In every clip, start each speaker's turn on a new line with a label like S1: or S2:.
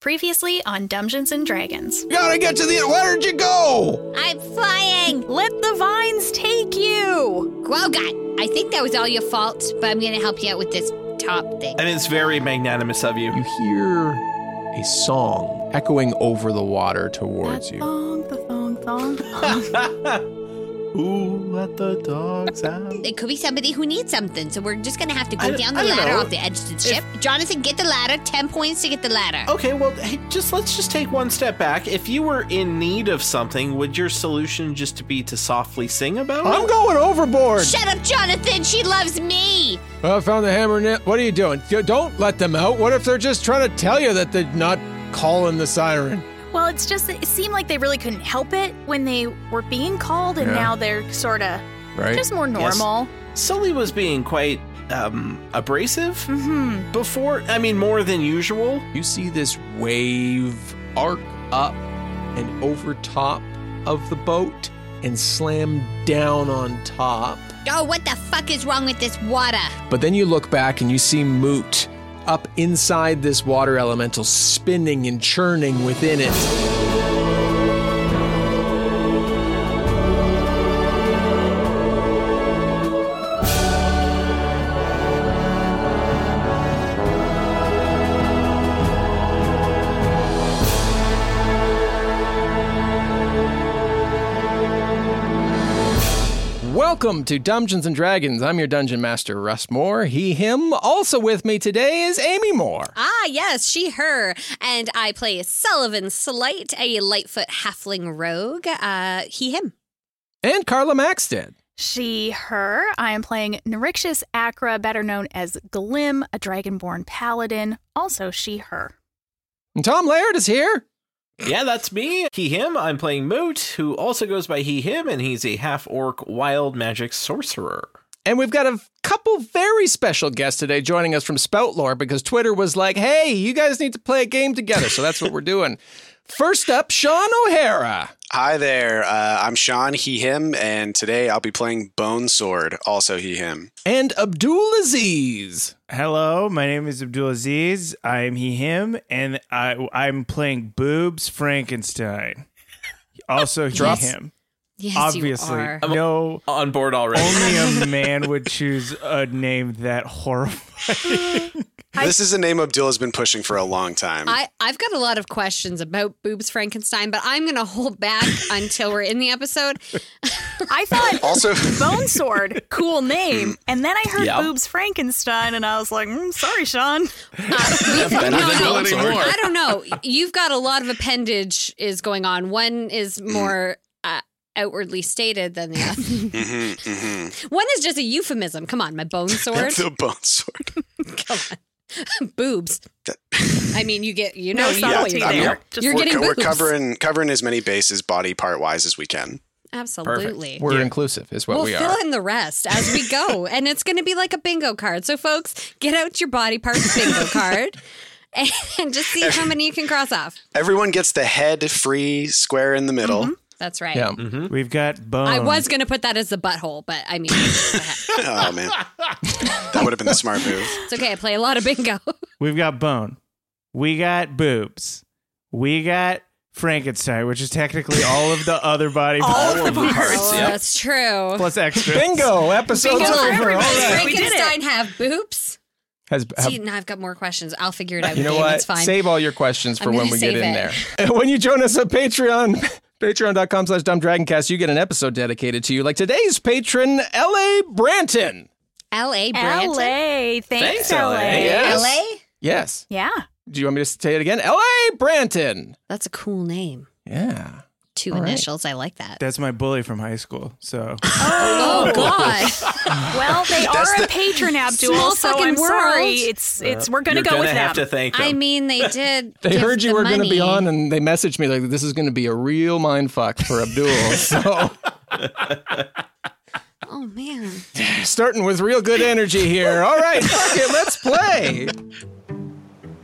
S1: Previously on Dungeons and Dragons.
S2: Gotta get to the. Where did you go?
S3: I'm flying!
S4: Let the vines take you!
S3: Grogot, I think that was all your fault, but I'm gonna help you out with this top thing.
S5: And it's very magnanimous of you.
S2: You hear a song echoing over the water towards
S4: That
S2: you.
S4: Thong, the thong, thong. thong.
S5: Ooh, let the dogs out.
S3: It could be somebody who needs something, so we're just gonna have to
S5: I-
S3: go down the
S5: I don't
S3: ladder
S5: know.
S3: off the edge to the ship. Jonathan, get the ladder. Ten points to get the ladder.
S5: Okay, well, hey, just let's just take one step back. If you were in need of something, would your solution just to be to softly sing about
S2: I'm
S5: it?
S2: going overboard.
S3: Shut up, Jonathan! She loves me!
S2: Well, I found the hammer. and nail- What are you doing? You Don't let them out. What if they're just trying to tell you that they're not calling the siren?
S4: well, it's just, that it seemed like they really couldn't help it when they were being called, and
S2: Yeah.
S4: now they're sort of
S2: Right?
S4: just more normal.
S5: Sully was being quite um, abrasive
S4: Mm-hmm.
S5: before. I mean, more than usual.
S2: You see this wave arc up and over top of the boat and slam down on top.
S3: Oh, what the fuck is wrong with this water?
S2: But then you look back and you see Moot up inside this water elemental, spinning and churning within it. Welcome to Dungeons and Dragons. I'm your dungeon master, Russ Moore. He, him. Also with me today is Amy Moore.
S3: Ah, yes, she, her. And I play Sullivan Slight, a Lightfoot halfling rogue. Uh, he, him.
S2: And Carla Maxted.
S4: She, her. I am playing Nerixious Acra, better known as Glim, a dragonborn paladin. Also, she, her.
S2: And Tom Laird is here.
S5: Yeah, that's me. He, him. I'm playing Moot, who also goes by he, him, and he's a half orc wild magic sorcerer.
S2: And we've got a couple very special guests today joining us from Spout Lore because Twitter was like, hey, you guys need to play a game together. So that's what we're doing. First up, Sean O'Hara.
S6: Hi there. Uh, I'm Sean, he, him, and today I'll be playing Bone Sword, also he, him.
S2: and Abdul Aziz.
S7: Hello, my name is Abdul Aziz. I'm he, him, and I, I'm playing Boobs Frankenstein. Also, he,
S3: Drops-
S7: him.
S3: Yes,
S7: Obviously,
S3: you are.
S7: no.
S5: On board already.
S7: Only a man would choose a name that horrifying.
S6: this is a name Abdul has been pushing for a long time.
S3: I, I've got a lot of questions about Boobs Frankenstein, but I'm going to hold back until we're in the episode.
S4: I thought
S6: also,
S4: Bone Sword, cool name. And then I heard
S5: Yeah.
S4: Boobs Frankenstein, and I was like, mm, sorry, Sean.
S3: Uh, we've-
S5: Better
S3: no,
S5: than
S3: no,
S5: Bone Sword.
S3: I don't know. You've got a lot of appendage is going on. One is more uh, outwardly stated than the other.
S6: Mhm, mhm.
S3: One is just a euphemism. Come on, my bone sword,
S6: the Bone Sword.
S3: boobs. I mean, you get you know
S4: No
S3: you know what
S4: subtlety
S3: you're doing.
S4: there.
S6: there.
S4: Just
S3: You're
S6: We're,
S3: getting
S6: co- we're
S3: boobs.
S6: covering covering as many bases body part wise as we can.
S3: Absolutely.
S2: We're inclusive, is what
S3: We'll
S2: we
S3: fill
S2: are.
S3: in the rest as we go, and it's going to be like a bingo card. So, folks, get out your body parts bingo card and just see how many you can cross off.
S6: Everyone gets the head free square in the middle.
S3: That's right.
S2: Yeah. Uh.
S7: We've got Bone.
S3: I was going to put that as the butthole, but I mean, it's
S6: Oh man, that would have been the smart move.
S3: okay. I play a lot of bingo.
S7: We've got Bone. We got Boobs. We got Frankenstein, which is technically all of the other body parts
S5: All of the parts.
S3: Oh,
S5: Yep.
S3: That's true.
S7: plus extras.
S2: Bingo! Episode's
S4: Bingo for
S2: over.
S4: everybody.
S2: All right.
S4: We did it.
S3: Frankenstein have boobs.
S2: Has, have-
S3: See, now I've got more questions. I'll figure it out.
S2: you know
S3: Dave,
S2: what?
S3: It's fine.
S2: Save all your questions for
S3: I'm
S2: when
S3: gonna
S2: we get
S3: save
S2: in
S3: it.
S2: there. And when you join us on Patreon, patreon.com slash dumbdragoncast, you get an episode dedicated to you, like today's patron, L.A. Branton.
S3: L.A. Branton.
S4: LA. Thanks,
S5: Thanks,
S4: LA.
S5: LA. Yes.
S2: Yes.
S4: Yeah.
S2: Do you want me to say it again? L.A. Branton.
S3: That's a cool name.
S2: Yeah.
S3: Two
S2: All right.
S3: initials. I like that.
S7: That's my bully from high school. So
S3: Oh, God.
S4: Well, they are a patron, Abdul.
S3: Small
S4: So
S3: fucking
S4: I'm sorry.
S3: world.
S4: It's it's we're gonna
S5: Uh, You're
S4: go
S5: gonna
S4: with
S5: have
S4: them.
S5: to thank him.
S3: I mean, they did.
S2: They
S3: give
S2: heard you
S3: the
S2: were going to be
S3: money.
S2: on, and they messaged me like, "This is going to be a real mind fuck for Abdul." so
S3: Oh Oh man.
S2: Starting with real good energy here. All right, fuck it, let's play.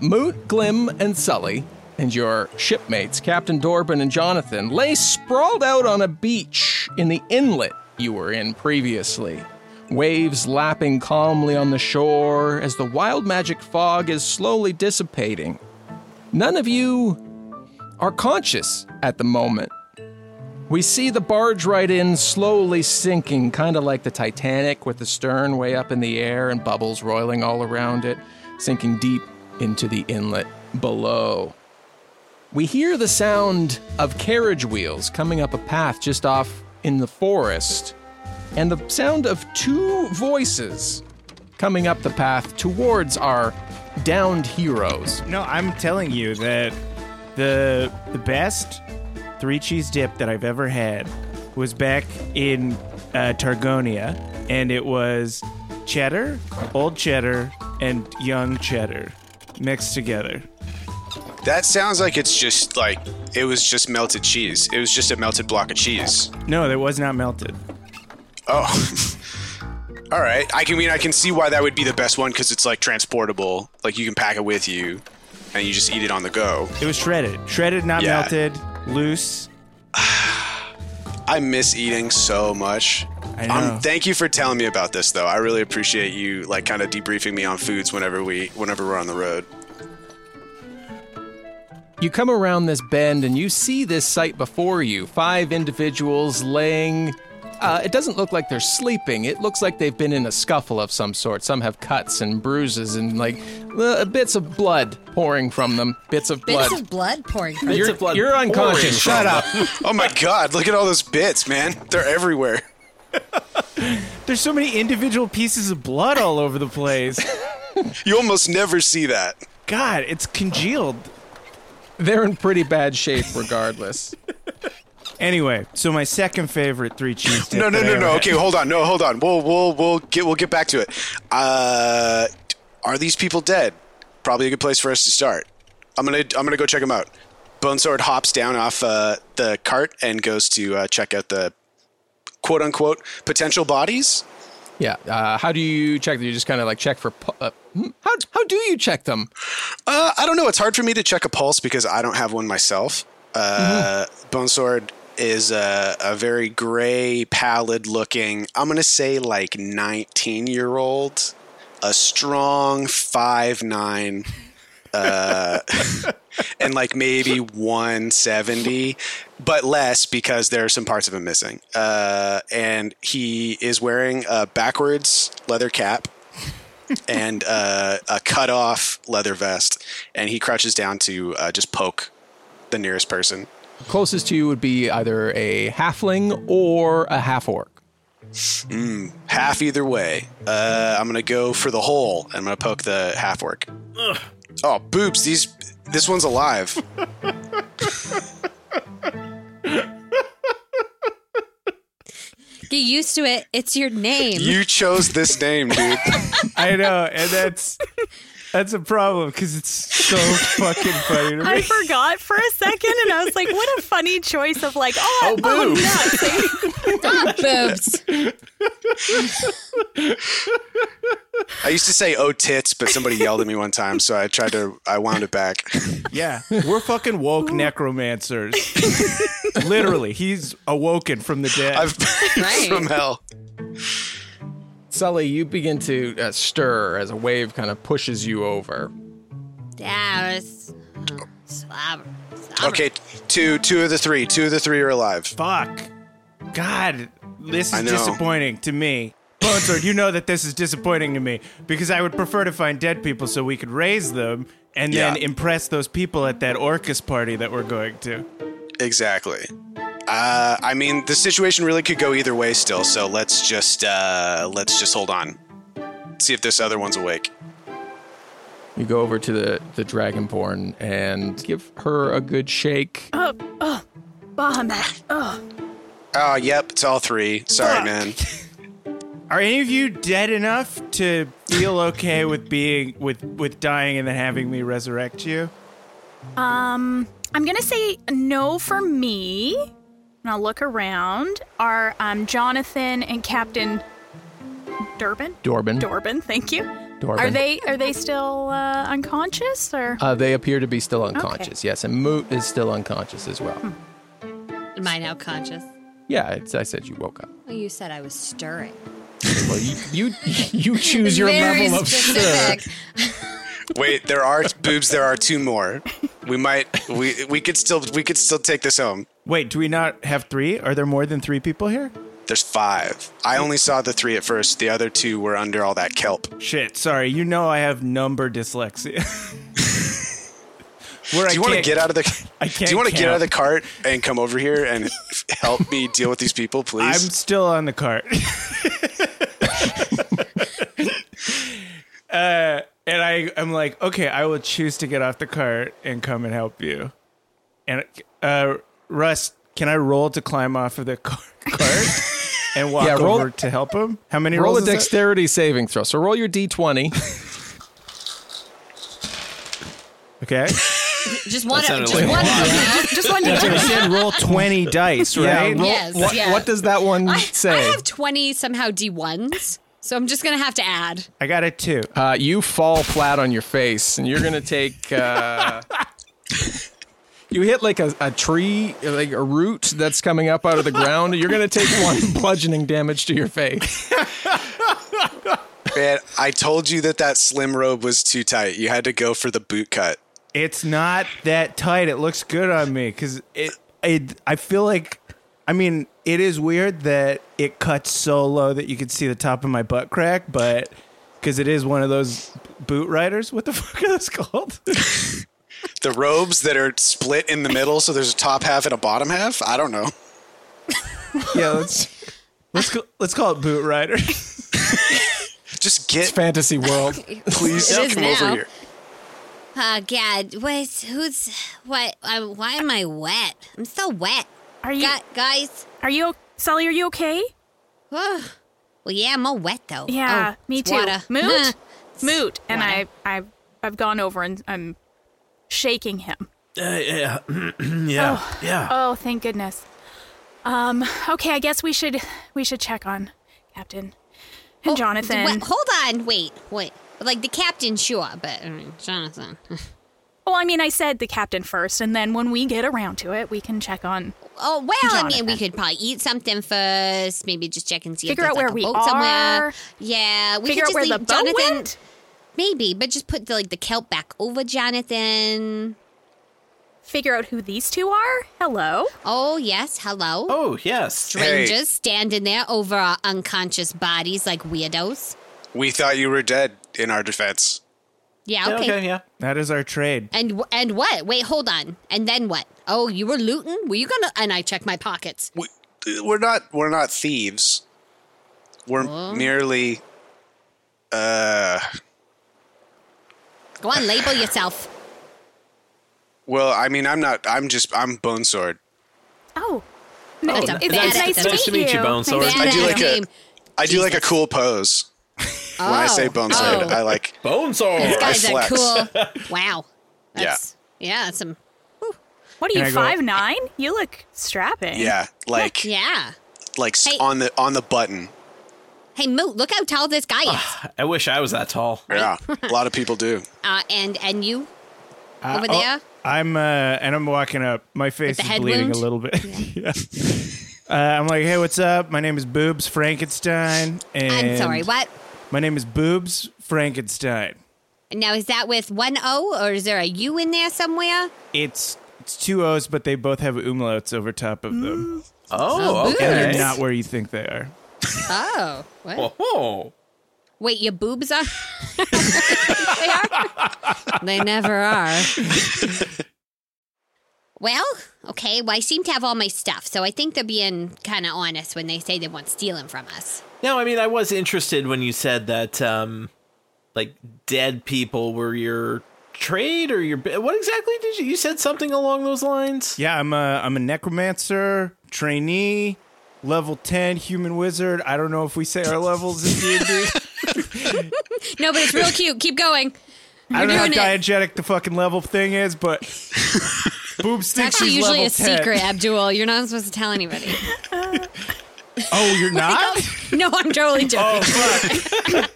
S2: Moot, Glim, and Sully, and your shipmates, Captain Dorbin and Jonathan, lay sprawled out on a beach in the inlet you were in previously. Waves lapping calmly on the shore as the wild magic fog is slowly dissipating. None of you are conscious at the moment. We see the barge right in slowly sinking, kind of like the Titanic, with the stern way up in the air and bubbles roiling all around it, sinking deep into the inlet below. We hear the sound of carriage wheels coming up a path just off in the forest, and the sound of two voices coming up the path towards our downed heroes.
S7: No, I'm telling you that the the best three cheese dip that I've ever had was back in uh, Targonia, and it was cheddar, old cheddar, and young cheddar mixed together.
S6: That sounds like it's just like it was just melted cheese. It was just a melted block of cheese.
S7: No, that was not melted.
S6: Oh. All right. I can mean I can see why that would be the best one cuz it's like transportable. Like you can pack it with you and you just eat it on the go.
S7: It was shredded, shredded, not
S6: Yeah.
S7: melted, loose.
S6: I miss eating so much.
S7: I know.
S6: Um, thank you for telling me about this though. I really appreciate you like kind of debriefing me on foods whenever we whenever we're on the road.
S2: You come around this bend and you see this sight before you. Five individuals laying. Uh, it doesn't look like they're sleeping. It looks like they've been in a scuffle of some sort. Some have cuts and bruises and like uh, bits of blood pouring from them. Bits of
S3: Bits
S2: blood.
S3: of blood pouring from
S5: Bits
S2: you're,
S5: of blood
S2: you're
S5: pouring
S2: unconscious. Shut
S5: from
S2: up.
S6: Oh my god, look at all those bits, man. They're everywhere.
S7: There's so many individual pieces of blood all over the place.
S6: You almost never see that.
S7: God, it's congealed.
S2: They're in pretty bad shape, regardless.
S7: Anyway, so my second favorite three cheese dip.
S6: No, no,
S7: that I
S6: no,
S7: ever
S6: no.
S7: had-
S6: Okay, hold on. No, hold on. We'll we'll we'll get we'll get back to it. Uh, are these people dead? Probably a good place for us to start. I'm gonna I'm gonna go check them out. Bonesword hops down off uh, the cart and goes to uh, check out the quote unquote potential bodies.
S2: Yeah. Uh, how do you check them? You just kind of like check for. pu- Uh, hmm? how, how do you check them?
S6: Uh, I don't know. It's hard for me to check a pulse because I don't have one myself. Uh, Bonesword is a, a very gray, pallid looking, I'm going to say like 19 year old, a strong 5'9, uh, and like maybe 170, but less because there are some parts of him missing. Uh, and he is wearing a backwards leather cap and uh, a cut off leather vest, and he crouches down to uh, just poke the nearest person.
S2: Closest to you would be either a halfling or a half orc.
S6: Half either way. Uh, I'm gonna go for the hole, and I'm gonna poke the half orc. Oh, boobs! These this one's alive.
S3: Get used to it. It's your name.
S6: you chose this name, dude.
S7: I know, and that's that's a problem because it's so fucking funny to
S4: I
S7: me.
S4: forgot for a second, and I was like, "What a funny choice of like, oh, oh,
S5: boobs.
S4: nuts.
S3: Boobs.
S6: I used to say "oh tits," but somebody yelled at me one time, so I tried to. I wound it back.
S7: Yeah, we're fucking woke necromancers. Literally, he's awoken from the dead.
S6: I've
S3: Right.
S6: from hell.
S2: Sully, you begin to uh, stir as a wave kind of pushes you over.
S3: Yeah, it's- uh, slobber. Slobber.
S6: Okay, two two of the three. Two of the three are alive.
S7: Fuck. God, this
S6: I
S7: is
S6: know.
S7: disappointing to me. Bonesword, you know that this is disappointing to me because I would prefer to find dead people so we could raise them and then
S6: Yeah.
S7: impress those people at that Orcus party that we're going to.
S6: Exactly. Uh, I mean, the situation really could go either way still, so let's just uh, let's just hold on. See if this other one's awake.
S2: You go over to the, the Dragonborn and give her a good shake.
S4: Bahamut. Oh,
S6: Oh, yep, it's all three. Sorry, man.
S7: Are any of you dead enough to feel okay with being with with dying and then having me resurrect you?
S4: I'm gonna say no for me. And I'll look around. Are um, Jonathan and Captain Durbin?
S2: Dorbin.
S4: Durbin, thank you.
S2: Dorbin.
S4: Are they are they still uh, unconscious or
S2: Uh, they appear to be still unconscious. Yes, and Moot is still unconscious as well.
S3: Am I now conscious?
S2: Yeah, it's, I said you woke up.
S3: Well, you said I was stirring.
S2: Well, you you, you choose your
S3: Very
S2: level of stir.
S3: specific.
S6: Wait, there are boobs. There are two more. We might. We we could still we could still take this home.
S7: Wait, do we not have three? Are there more than three people here?
S6: There's five. I only saw the three at first. The other two were under all that kelp.
S7: Shit, sorry. You know I have number dyslexia. Where
S6: Do you want to get out of the?
S7: I
S6: do
S7: can't
S6: you want to get out of the cart
S7: count.
S6: and come over here and help me deal with these people,
S7: I'm
S6: please?
S7: still on the cart. uh, and I, I'm like, okay, I will choose to get off the cart and come and help you. And uh, Russ, can I roll to climb off of the car- cart and walk
S2: Yeah, roll-
S7: over to help him? How many
S2: Roll a
S7: rolls is that?
S2: dexterity saving throw. So roll your d20.
S7: Okay.
S3: Just one.
S5: That
S3: of-
S5: sounded
S3: Just
S5: like a
S3: one. of them.
S4: just one
S7: So I said roll 20 dice, right?
S2: roll-
S3: Yes,
S2: what,
S3: yeah.
S2: what does that one
S3: I,
S2: say?
S3: I have twenty somehow D ones, so I'm just gonna have to add.
S7: I got a two.
S2: Uh, you fall flat on your face, and you're gonna take. Uh, you hit like a, a tree, like a root that's coming up out of the ground. and You're gonna take one bludgeoning damage to your face.
S6: Man, I told you that that slim robe was too tight. You had to go for the boot cut.
S7: It's not that tight. It looks good on me because it, it. I feel like, I mean, it is weird that it cuts so low that you can see the top of my butt crack, but because it is one of those boot riders. What the fuck are those called?
S6: The robes that are split in the middle, so there's a top half and a bottom half. I don't know.
S7: yeah, let's let's go, let's call it boot riders.
S6: Just get
S2: Fantasy world.
S6: please
S3: It is
S6: come
S3: now.
S6: over here.
S3: Uh, God, what's who's what? Uh, why am I wet? I'm so wet.
S4: Are you
S3: Gu- guys?
S4: are you Sully, are you okay?
S3: Ugh. well, yeah, I'm all wet though.
S4: Yeah,
S3: Oh,
S4: me
S3: it's
S4: too.
S3: water.
S4: Moot? Moot. And I
S3: water.
S4: I I've gone over and I'm shaking him.
S5: Uh, yeah, yeah, yeah.
S4: Oh, thank goodness. Um okay, I guess we should we should check on Captain and
S3: Oh,
S4: Jonathan.
S3: wait, hold on. Wait, wait. Like the captain, sure, but I mean, Jonathan.
S4: Well, I mean, I said the captain first, and then when we get around to it, we can check on.
S3: Oh well, I mean, we
S4: Jonathan.
S3: could probably eat something first. Maybe just check and see
S4: Figure
S3: if
S4: out
S3: there's,
S4: where
S3: like, a
S4: we
S3: boat somewhere.
S4: are.
S3: Yeah, we
S4: Figure
S3: could
S4: out
S3: just
S4: where
S3: leave
S4: the boat
S3: Jonathan.
S4: went?
S3: Maybe, but just put the, like the kelp back over Jonathan.
S4: Figure out who these two are. Hello.
S3: Oh yes, hello.
S5: Oh, yes.
S3: strangers standing there over our unconscious bodies like weirdos.
S6: We thought you were dead in our defense.
S3: Yeah,
S5: Yeah,
S3: okay.
S5: okay, yeah.
S7: that is our trade.
S3: And wh- and what? Wait, hold on. And then what? Oh, you were looting? Were you gonna? And I checked my pockets.
S6: We, we're not we're not thieves. We're merely
S3: Go on, label yourself.
S6: well, I mean, I'm not I'm just I'm bone sword.
S4: Oh, no, it's,
S3: that's-
S4: it's
S3: that's-
S4: nice to
S3: that's-
S4: meet
S5: nice to meet you, Bone
S4: Nice
S5: Sword.
S4: to
S6: I
S3: Badass
S6: do like a
S3: name.
S6: I do like a
S3: Jesus.
S6: cool pose.
S3: Oh.
S6: When I say bone sword,
S3: Oh.
S6: I like
S5: Bone sword.
S3: These guys
S6: I
S3: are
S6: flex.
S3: cool. Wow.
S6: Yeah.
S3: That's, yeah. That's some.
S4: What are
S7: Can
S4: you
S7: I go-
S4: five nine? You look strapping.
S6: yeah, like
S3: Yeah.
S6: like s
S3: Hey.
S6: on the on the button.
S3: Hey, Moot, look how tall this guy is.
S5: I wish I was that tall.
S6: Yeah. a lot of people do.
S3: Uh, and and you
S7: Uh,
S3: over
S7: oh,
S3: there.
S7: I'm uh, and I'm walking up. My face
S3: the
S7: is
S3: head
S7: bleeding
S3: wound?
S7: a little bit. Yeah. Uh, I'm like, hey, what's up? My name is Boobs Frankenstein. And
S3: I'm sorry. What?
S7: My name is Boobs Frankenstein.
S3: Now is that with one O or is there a U in there somewhere?
S7: It's it's two O's, but they both have umlauts over top of them,
S3: Mm,
S5: Oh,
S7: and
S5: okay.
S7: they're not where you think they are.
S3: Oh. What?
S5: Whoa.
S3: Wait, your boobs are? they are? They never are. well, okay, well, I seem to have all my stuff, so I think they're being kind of honest when they say they want stealing from us.
S5: No, I mean, I was interested when you said that, um, like, dead people were your trade or your. What exactly did you. You said something along those lines?
S7: Yeah, I'm a I'm a necromancer trainee, level ten human wizard. I don't know if we say our levels in D and
S3: No, but it's real cute. Keep going.
S7: I don't know how
S3: doing it.
S7: diegetic the fucking level thing is, but Boobs
S3: It's
S7: thinks
S3: actually
S7: she's
S3: usually
S7: level
S3: a
S7: 10.
S3: secret, Abdul. You're not supposed to tell anybody.
S7: Oh, you're not?
S3: No, I'm totally
S6: Oh.
S3: joking.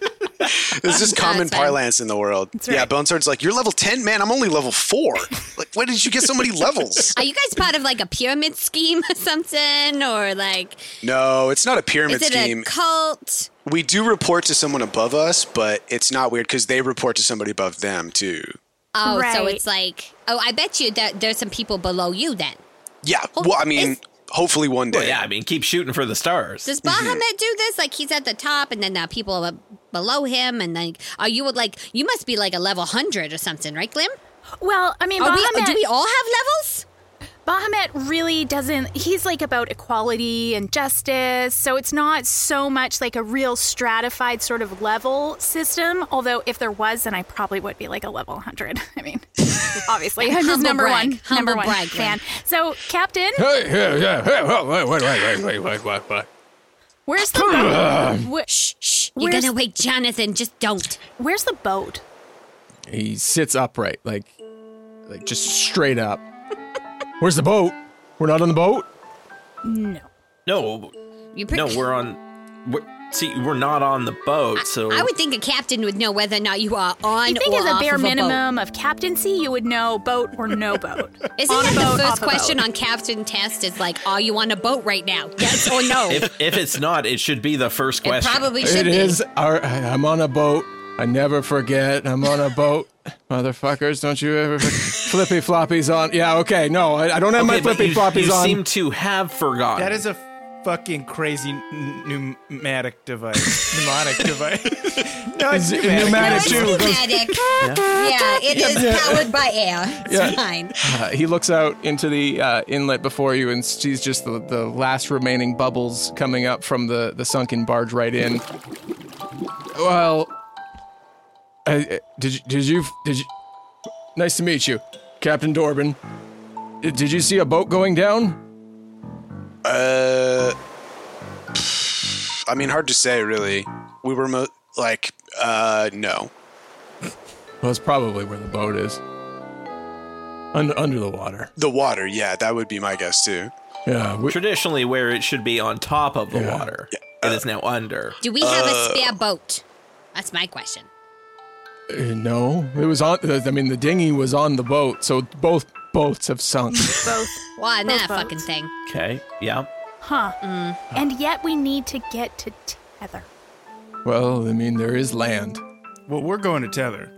S6: This is common
S3: fine.
S6: parlance in the world. Yeah, Bone Sword's like, you're level 10? Man, I'm only level 4. like, where did you get so many levels?
S3: Are you guys part of like a pyramid scheme or something? Or like,
S6: No, it's not a pyramid
S3: is it
S6: scheme.
S3: a cult?
S6: we do report to someone above us, but it's not weird because they report to somebody above them, too.
S3: Oh, so
S4: Right.
S3: it's like, oh, I bet you that there's some people below you then.
S6: Yeah. Well, I mean,
S3: is-
S6: hopefully one day.
S5: Well, oh, yeah, I mean, keep shooting for the stars.
S3: Does Bahamut do this? Like he's at the top, and then uh, people are below him, and then are you like you must be like a level hundred or something, right, Glim?
S4: Well, I mean,
S3: Are we, uh,
S4: Bahamut,
S3: do we all have levels?
S4: Bahamut really doesn't. He's like about equality and justice, so it's not so much like a real stratified sort of level system. Although, if there was, then I probably would be like a level 100. I mean, obviously, I'm just
S3: Humble
S4: number
S3: brag.
S4: one,
S3: Humble
S4: number one
S3: brag,
S4: fan.
S3: Lynn.
S4: So, Captain,
S2: Hey, yeah, yeah, hey, whoa, wait, wait, wait, wait, wait, wait, wait.
S4: where's the boat? Wh-
S3: Shh, shh. You're
S4: Where's-
S3: gonna wake Jonathan. Just don't.
S4: Where's the boat?
S2: He sits upright, like, like just straight up. Where's the boat? We're not on the boat.
S5: No,
S3: You
S5: no,
S3: pretty-
S5: we're on. We're, see, we're not on the boat, so
S3: I would think a captain would know whether or not you are on
S4: You think
S3: or
S4: as a
S3: off
S4: bare
S3: of boat.
S4: minimum of captaincy, you would know boat or no boat.
S3: Isn't
S4: on a
S3: that
S4: boat,
S3: the
S4: off
S3: first
S4: a
S3: question
S4: boat?
S3: on captain test? Is like, are you on a boat right now? Yes or no? it
S5: if, if it's not, it should be the first question.
S3: probably should
S2: It
S3: be.
S2: is. Our, I'm on a boat. I never forget. I'm on a boat. Motherfuckers, don't you ever for- flippy floppies on? Yeah, okay. No, I, I don't have my
S5: Okay, but
S2: flippy
S5: you-
S2: floppies
S5: you
S2: on.
S5: seem to have forgotten.
S7: That is a fucking crazy n- pneumatic device. mnemonic device. no, it's
S2: It's
S7: pneumatic.
S3: No,
S2: pneumatic.
S3: it's
S2: Attitude goes-
S3: pneumatic. yeah, it is powered by air. It's
S2: Yeah.
S3: fine.
S2: Uh, he looks out into the uh, inlet before you and sees just the, the last remaining bubbles coming up from the, the sunken barge right in. Well, uh, uh, did, you- did you did you? Nice to meet you, Captain Dorbin. Uh, Did you see a boat going down?
S6: Uh, pff, I mean, hard to say, really. We were mo- like, uh, no.
S2: Well, it's probably where the boat is. Under under the water.
S6: The water, yeah, that would be my guess too.
S2: Yeah. We,
S5: traditionally where it should be on top of the
S2: Yeah.
S5: water. it is now under.
S3: Do we have a spare boat? That's my question.
S2: uh, no, it was on. I mean, the dinghy was on the boat, so both boats have sunk.
S4: Both.
S3: Why
S4: Both
S3: not a fucking
S4: boats.
S3: thing?
S5: Okay. Yeah.
S4: Huh. And yet we need to get to Tether.
S2: well, I mean, there is land.
S7: Well, we're going to tether.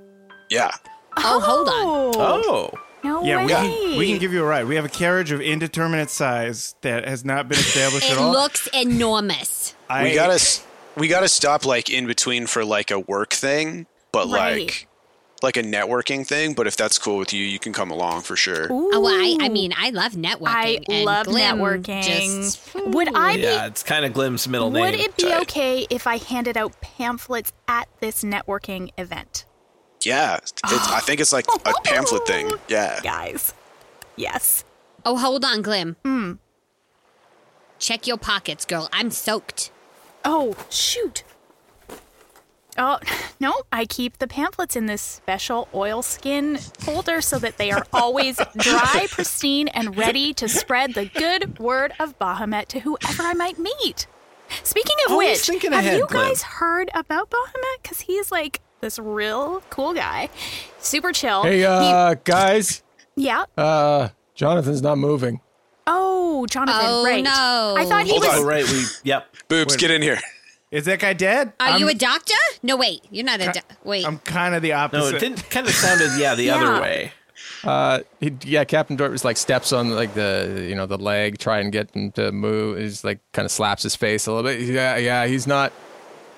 S6: Yeah.
S3: Oh, hold on.
S5: Oh.
S4: No
S7: Yeah,
S4: way.
S7: we can, we can give you a ride. We have a carriage of indeterminate size that has not been established
S3: It
S7: at all.
S3: looks enormous.
S7: I,
S6: we gotta s- we gotta stop like in between for like a work thing, but
S4: Right.
S6: like like a networking thing. But if that's cool with you, you can come along for sure.
S3: Oh, well, I, I mean, I love networking.
S4: I
S3: and
S4: love
S3: Glim
S4: networking.
S3: Just,
S4: would I be?
S5: Yeah, it's kind of Glim's middle name.
S4: would it be
S6: type.
S4: okay if I handed out pamphlets at this networking event,
S6: Yeah, it's, I think it's like a pamphlet thing. Yeah.
S4: guys? Yes.
S3: oh, hold on, Glim.
S4: Hmm.
S3: Check your pockets, girl. I'm soaked.
S4: Oh shoot. Oh no! I keep the pamphlets in this special oilskin folder so that they are always dry, pristine, and ready to spread the good word of Bahamut to whoever I might meet. Speaking of
S5: Always
S4: which,
S5: Oh, thinking
S4: have
S5: ahead,
S4: you
S5: Glenn.
S4: guys heard about Bahamut? Because he's like this real cool guy, super chill.
S2: Hey,
S4: He-
S2: uh, guys,
S4: yeah.
S2: uh, Jonathan's not moving.
S4: oh, Jonathan.
S3: Oh,
S4: right.
S3: no.
S4: I thought he
S6: Hold
S4: was.
S5: Oh right, we yep.
S6: Boobs, get in here.
S7: Is that guy dead?
S3: Are
S4: Um,
S7: I'm,
S3: you a doctor? No, wait. You're not a doctor. Wait.
S7: I'm kind of the
S5: No,
S7: opposite.
S5: it didn't kind of sounded yeah, the
S4: Yeah.
S5: other way.
S2: Uh, he, yeah, Captain Dort was like steps on like the you know the leg, try and get him to move. He's like kind of slaps his face a little bit. Yeah, yeah, he's not.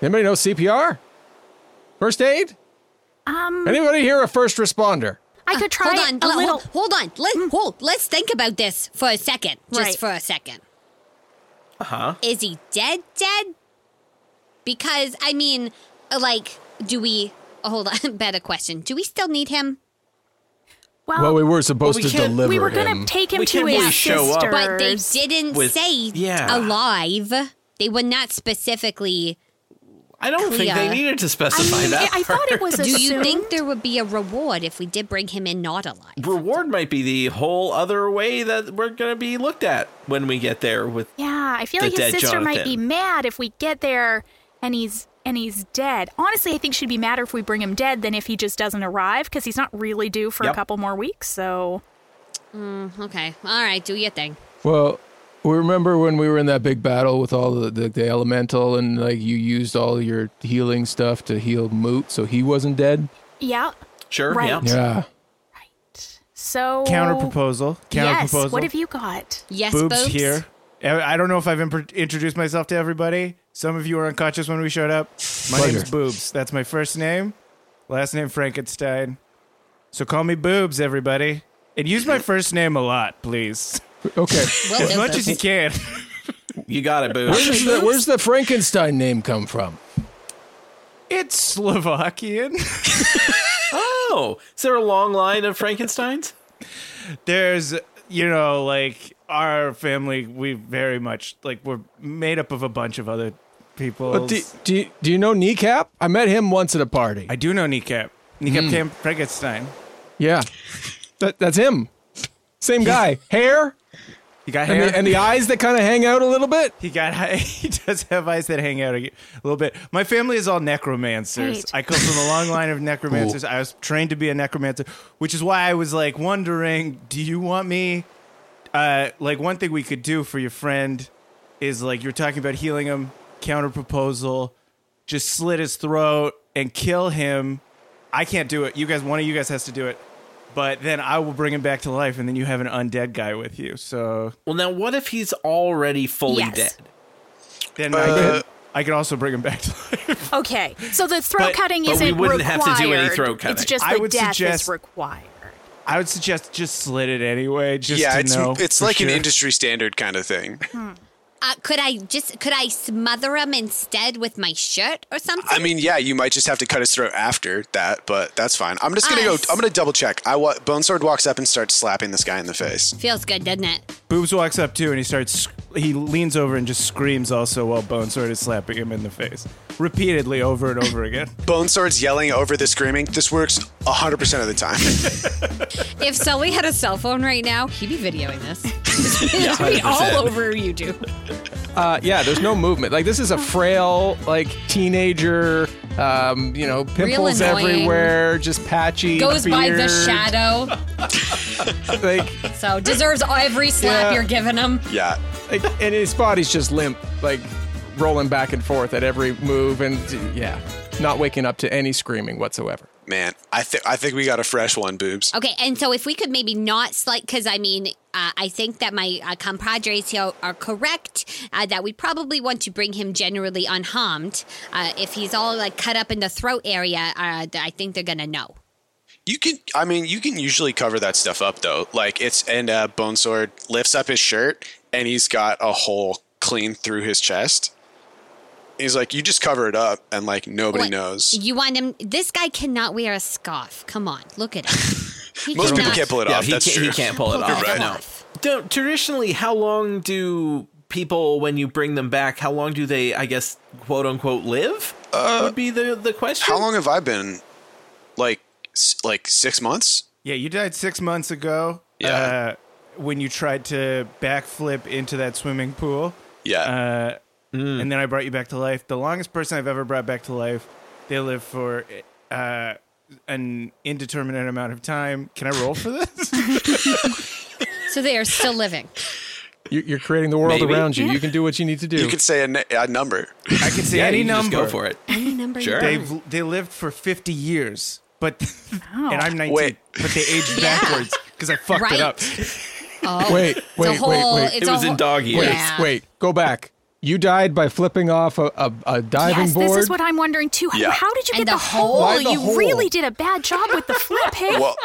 S2: Anybody know CPR? First aid? Um. Anybody here a first responder?
S4: I could try
S3: hold on.
S4: a
S3: hold on,
S4: little. Mm.
S3: Hold, hold on. Let, hold. Let's think about this for a second. Just
S4: Right.
S3: for a second.
S5: Uh
S7: Uh-huh.
S5: huh.
S3: Is he dead? Dead? Because I mean, like, do we? oh, Hold on, better question. Do we still need him?
S2: Well, we were supposed
S5: Well, we
S2: to
S5: can't-
S2: deliver
S4: Um, we were
S2: him.
S4: gonna take him
S5: We
S4: to
S5: can't
S4: his
S5: really show up.
S4: sister's.
S3: But they didn't
S5: With-
S3: say
S5: yeah.
S3: alive. They were not specifically
S5: I don't think they
S3: Clea.
S5: needed to
S4: I
S5: specify
S4: mean,
S5: that.
S4: I thought it
S5: part.
S4: was
S3: Do
S4: assumed.
S3: you think there would be a reward if we did bring him in not alive?
S5: reward might be the whole other way that we're going to be looked at when we get there with
S4: Yeah, I feel
S5: The
S4: like his
S5: dead
S4: sister might be
S5: Jonathan.
S4: mad if we get there and he's and he's dead. Honestly, I think she'd be madder if we bring him dead than if he just doesn't arrive because he's not really due for
S5: Yep.
S4: a couple more weeks. So
S3: Okay. All right. Do your thing.
S2: Well, we remember when we were in that big battle with all the, the, the elemental and like you used all your healing stuff to heal Moot so he wasn't dead?
S4: yeah,
S5: sure
S4: Right.
S5: yeah.
S2: Yeah.
S4: so
S7: Counter proposal. Counter
S4: Yes,
S7: proposal.
S4: what have you got?
S3: Yes,
S7: boobs,
S3: boobs.
S7: here. I I don't know if I've impr introduced myself to everybody. Some of you were unconscious when we showed up. My
S2: Pleasure.
S7: name's Boobs. That's my first name. Last name Frankenstein. So call me Boobs, everybody. And use my first name a lot, please.
S2: Okay.
S3: Well,
S7: As
S3: no
S7: much as you
S3: boobs.
S7: can.
S5: you got it boo
S2: Where's the, where's the Frankenstein name come from?
S7: It's Slovakian.
S5: oh is there a long line of frankensteins
S7: there's you know like our family we very much like we're made up of a bunch of other people
S2: Do, do, you- do you know Kneecap? I met him once at a party.
S7: i do know kneecap kneecap Camp frankenstein
S2: yeah. That, that's him. Same guy. Hair
S7: he got
S2: and
S7: hair
S2: the, and the eyes that kind of hang out a little bit.
S7: he got he does have eyes that hang out a, little bit my family is all necromancers
S4: Right.
S7: i come from a long line of necromancers i was trained to be a necromancer which is why i was like wondering do you want me uh like one thing we could do for your friend is like you're talking about healing him counter proposal just slit his throat and kill him i can't do it you guys one of you guys has to do it but then i will bring him back to life and then you have an undead guy with you so
S5: well now what if he's already fully
S4: Yes.
S5: dead
S7: then I, could, I could also bring him back to life
S4: Okay, so the throat
S7: But-
S4: cutting
S5: but we
S4: isn't
S5: wouldn't have
S4: required.
S5: to do any throat
S4: It's
S5: cutting.
S4: just
S7: I
S4: the
S7: would
S4: death
S7: suggest-
S4: is required.
S7: I would suggest just slit it anyway. Just
S6: yeah,
S7: to
S6: it's
S7: know
S6: it's
S7: for
S6: like an
S7: sure.
S6: industry standard kind of thing.
S3: Uh, could I just could I smother him instead with my shirt or something?
S6: I mean, yeah, you might just have to cut his throat after that, but that's fine. I'm just gonna go.
S3: Us.
S6: I'm gonna double check. I wa- Bone Sword walks up and starts slapping this guy in the face.
S3: feels good, doesn't it?
S7: Boobs walks up too, and he starts. He leans over and just screams also while Bone Sword is slapping him in the face repeatedly over and over again.
S6: Bone Sword's yelling over the screaming. This works 100 percent of the time.
S3: If Sully had a cell phone right now, he'd be videoing this. It'd be all over YouTube.
S2: Uh, yeah, there's no movement. Like this is a frail, like teenager. Um, you know, pimples
S3: annoying.
S2: everywhere, just patchy.
S3: Goes by the
S2: beard.
S3: shadow,
S2: Like,
S3: so deserves every slap
S2: Yeah.
S3: you're giving him.
S6: yeah,
S2: like, and his body's just limp, like rolling back and forth at every move, and yeah, not waking up to any screaming whatsoever.
S6: man, I think I think we got a fresh one, boobs.
S3: Okay, and so if we could maybe not slight, because I mean, uh, I think that my uh, compadres here are correct uh, that we probably want to bring him generally unharmed. Uh, if he's all like cut up in the throat area, uh, th- I think they're gonna know.
S6: You can, I mean, you can usually cover that stuff up though. Like it's and uh, Bone Sword lifts up his shirt and he's got a hole clean through his chest. He's like, you just cover it up and like nobody
S3: What?
S6: knows.
S3: You want him? This guy cannot wear a scarf. Come on, look at him. He
S6: Most people
S3: cannot
S6: can't pull it
S5: yeah
S6: off.
S5: he,
S6: That's
S5: can't,
S6: true.
S5: he can't pull it
S3: pull
S5: off
S3: that
S6: right.
S3: off.
S5: Don't, traditionally how long do people when you bring them back how long do they i guess quote unquote live would be the the question
S6: Uh, How long have I been? Like, s- like six months.
S7: yeah, you died six months ago.
S6: Yeah.
S7: Uh, when you tried to backflip into that swimming pool,
S6: Yeah,
S7: and then I brought you back to life. The longest person I've ever brought back to life. They live for uh, an indeterminate amount of time. Can I roll for this?
S3: So they are still living.
S2: You- You're creating the world
S5: Maybe.
S2: around you. You can do what you need to do.
S6: you could say a, n- a number.
S7: I can say
S5: yeah,
S7: any
S5: you
S7: number.
S5: just go for it
S3: Any number. you
S5: Sure.
S3: want.
S7: They've they lived for 50 years, but and I'm 19,
S6: Wait.
S7: but they aged backwards because I fucked
S3: Right.
S7: it up.
S3: Oh,
S2: wait, wait,
S3: it's a whole,
S2: wait, wait,
S3: It's
S5: It
S3: a
S5: was in
S3: whole-
S5: dog years.
S2: wait,
S3: Yeah.
S2: wait. Go back. You died by flipping off a, a, a diving
S4: yes,
S2: board.
S4: this is what I'm wondering too. How-
S6: Yeah.
S4: How did you
S3: And
S4: get
S3: the
S4: the,
S3: hole.
S4: hole?
S2: Why the
S4: you
S2: hole?
S4: really did a bad job with the flip. Hey,
S6: Well,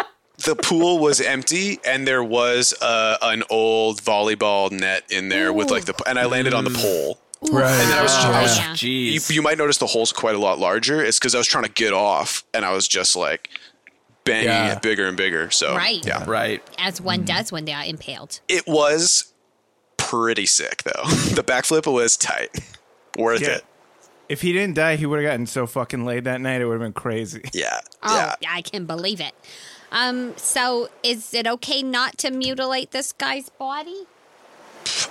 S6: the pool was empty, and there was uh, an old volleyball net in there with like the, and I landed on the pole.
S2: right.
S6: And then I was, I was-
S3: Yeah.
S6: you,
S5: jeez
S6: you might notice the hole's quite a lot larger. It's because I was trying to get off, and I was just like banging
S2: Yeah.
S6: it bigger and bigger. So
S3: Right.
S6: yeah,
S5: right
S3: as
S6: Mm.
S3: one does when they are impaled.
S6: it was pretty sick though. the backflip was tight, worth
S7: Yeah.
S6: it.
S7: If he didn't die, he would have gotten so fucking laid that night. It would have been crazy.
S6: Yeah.
S3: Oh,
S6: yeah.
S3: I can believe it. Um, so is it okay not to mutilate this guy's body?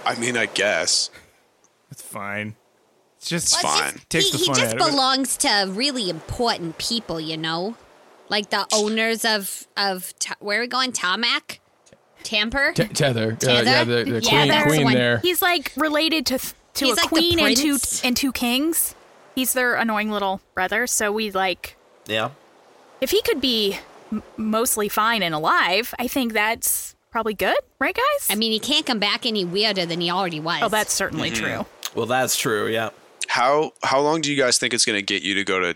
S6: I mean, I guess.
S7: It's fine. It's just
S6: Well, it's Fine.
S3: Just,
S7: Takes
S3: he
S7: the
S3: he
S7: fun
S3: just
S7: out of it.
S3: belongs to really important people, you know, like the owners of of Ta- where are we going? Tarmac, Tamper.
S2: T- tether. Uh,
S3: Tether?
S2: yeah, the, the
S3: Yeah,
S2: queen,
S4: that's the
S2: queen
S4: one.
S2: there.
S4: He's like related to th- to
S3: He's
S4: a
S3: like the
S4: queen and two
S3: prince.
S4: and two kings. He's their annoying little brother. So we like
S5: Yeah.
S4: if he could be m- mostly fine and alive, I think that's probably good, right, guys?
S3: I mean, he can't come back any weirder than he already was.
S4: oh, that's certainly
S6: Mm-hmm.
S4: true.
S5: Well, that's true. Yeah.
S6: How how long do you guys think it's going to get you to go to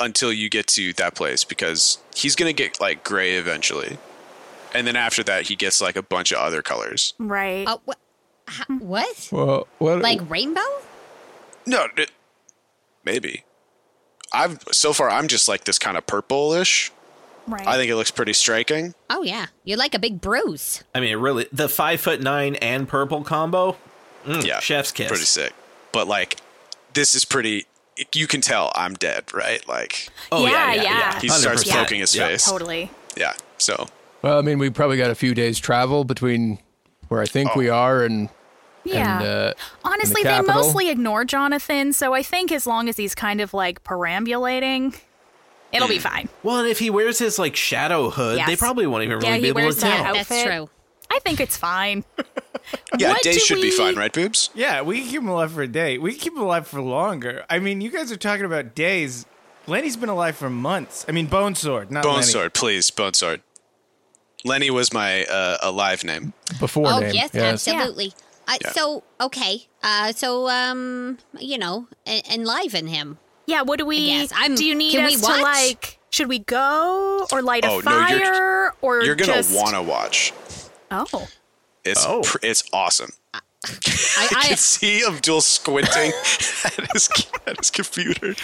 S6: until you get to that place? Because he's going to get like gray eventually, and then after that, he gets like a bunch of other colors.
S4: Right.
S3: Oh, wha- ha- what?
S2: Well, what?
S3: Like rainbow?
S6: No, d- maybe. I've so far I'm just like this kind of purplish.
S4: right.
S6: I think it looks pretty striking.
S3: Oh yeah, you're like a big bruise.
S5: I mean, really, the five foot nine and purple combo. Mm,
S6: yeah,
S5: Chef's kiss.
S6: Pretty sick. But like, this is pretty. You can tell I'm dead, right? Like
S5: Oh yeah,
S4: Yeah,
S5: yeah.
S4: yeah.
S5: yeah.
S6: he starts
S5: 100%.
S6: poking his
S5: Yeah.
S6: face.
S4: totally.
S6: Yeah. So
S2: well, I mean, we probably got a few days travel between where I think we are and
S4: Yeah.
S2: and uh,
S4: Honestly,
S2: in the
S4: they
S2: capital.
S4: mostly ignore Jonathan, so I think as long as he's kind of like perambulating, it'll
S6: Mm.
S4: be fine.
S5: Well, and if he wears his like shadow hood, they
S4: Yes.
S5: probably won't even
S4: Yeah,
S5: really be
S4: he
S5: able
S4: wears
S5: to
S4: that
S5: tell.
S4: out.
S3: That's
S4: Outfit.
S3: true.
S4: I think it's fine.
S6: yeah,
S4: What
S6: day
S4: do
S6: should be
S4: we-
S6: fine, right, boobs?
S7: Yeah, we can keep him alive for a day. We can keep him alive for longer. I mean, you guys are talking about days. Lenny's been alive for months. I mean, Bone Sword, not
S6: Bone
S7: Lenny.
S6: sword, please, bone sword. Lenny was my uh, alive name.
S2: before
S3: Oh
S2: name.
S3: yes, absolutely. Uh,
S6: Yeah.
S3: So okay, uh, so um, you know, en- enliven him.
S4: Yeah, what do we?
S3: guess. I'm-
S4: do you need
S3: can
S4: us
S3: we
S4: to
S3: watch?
S4: like? Should we go or light a
S6: Oh, no,
S4: fire
S6: you're-
S4: or
S6: You're gonna
S4: just-
S6: wanna watch.
S4: Oh,
S6: It's
S5: Oh.
S6: pr- it's awesome.
S3: I,
S6: I
S3: I,
S6: can see Abdul squinting at, his, at his computer.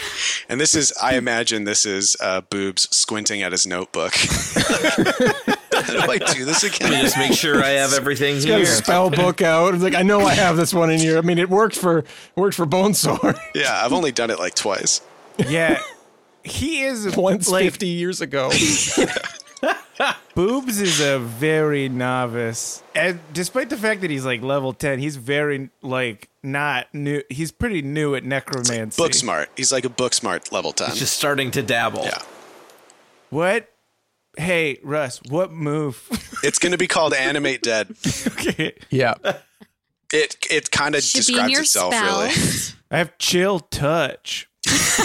S6: And this is, I imagine, this is uh, Boobs squinting at his notebook. How do I do this
S5: Let me
S6: again?
S5: just make sure I have everything here.
S2: spell book out. It's like I know I have this one in here. I mean, it worked for worked for Bone Sword
S6: Yeah, I've only done it like twice.
S7: Yeah. He is a-
S2: once
S7: like,
S2: fifty years ago.
S7: Boobs is a very novice, and despite the fact that he's like level ten, he's very like not new. He's pretty new at necromancy.
S6: Book smart. He's like a book smart level 10.
S5: Just starting to dabble.
S6: yeah.
S7: What? Hey, Russ, what move?
S6: It's going to be called Animate Dead.
S7: okay.
S2: yeah,
S6: It it kind of
S3: should be in
S6: describes
S3: your
S6: itself,
S3: spell.
S6: really.
S7: I have chill touch.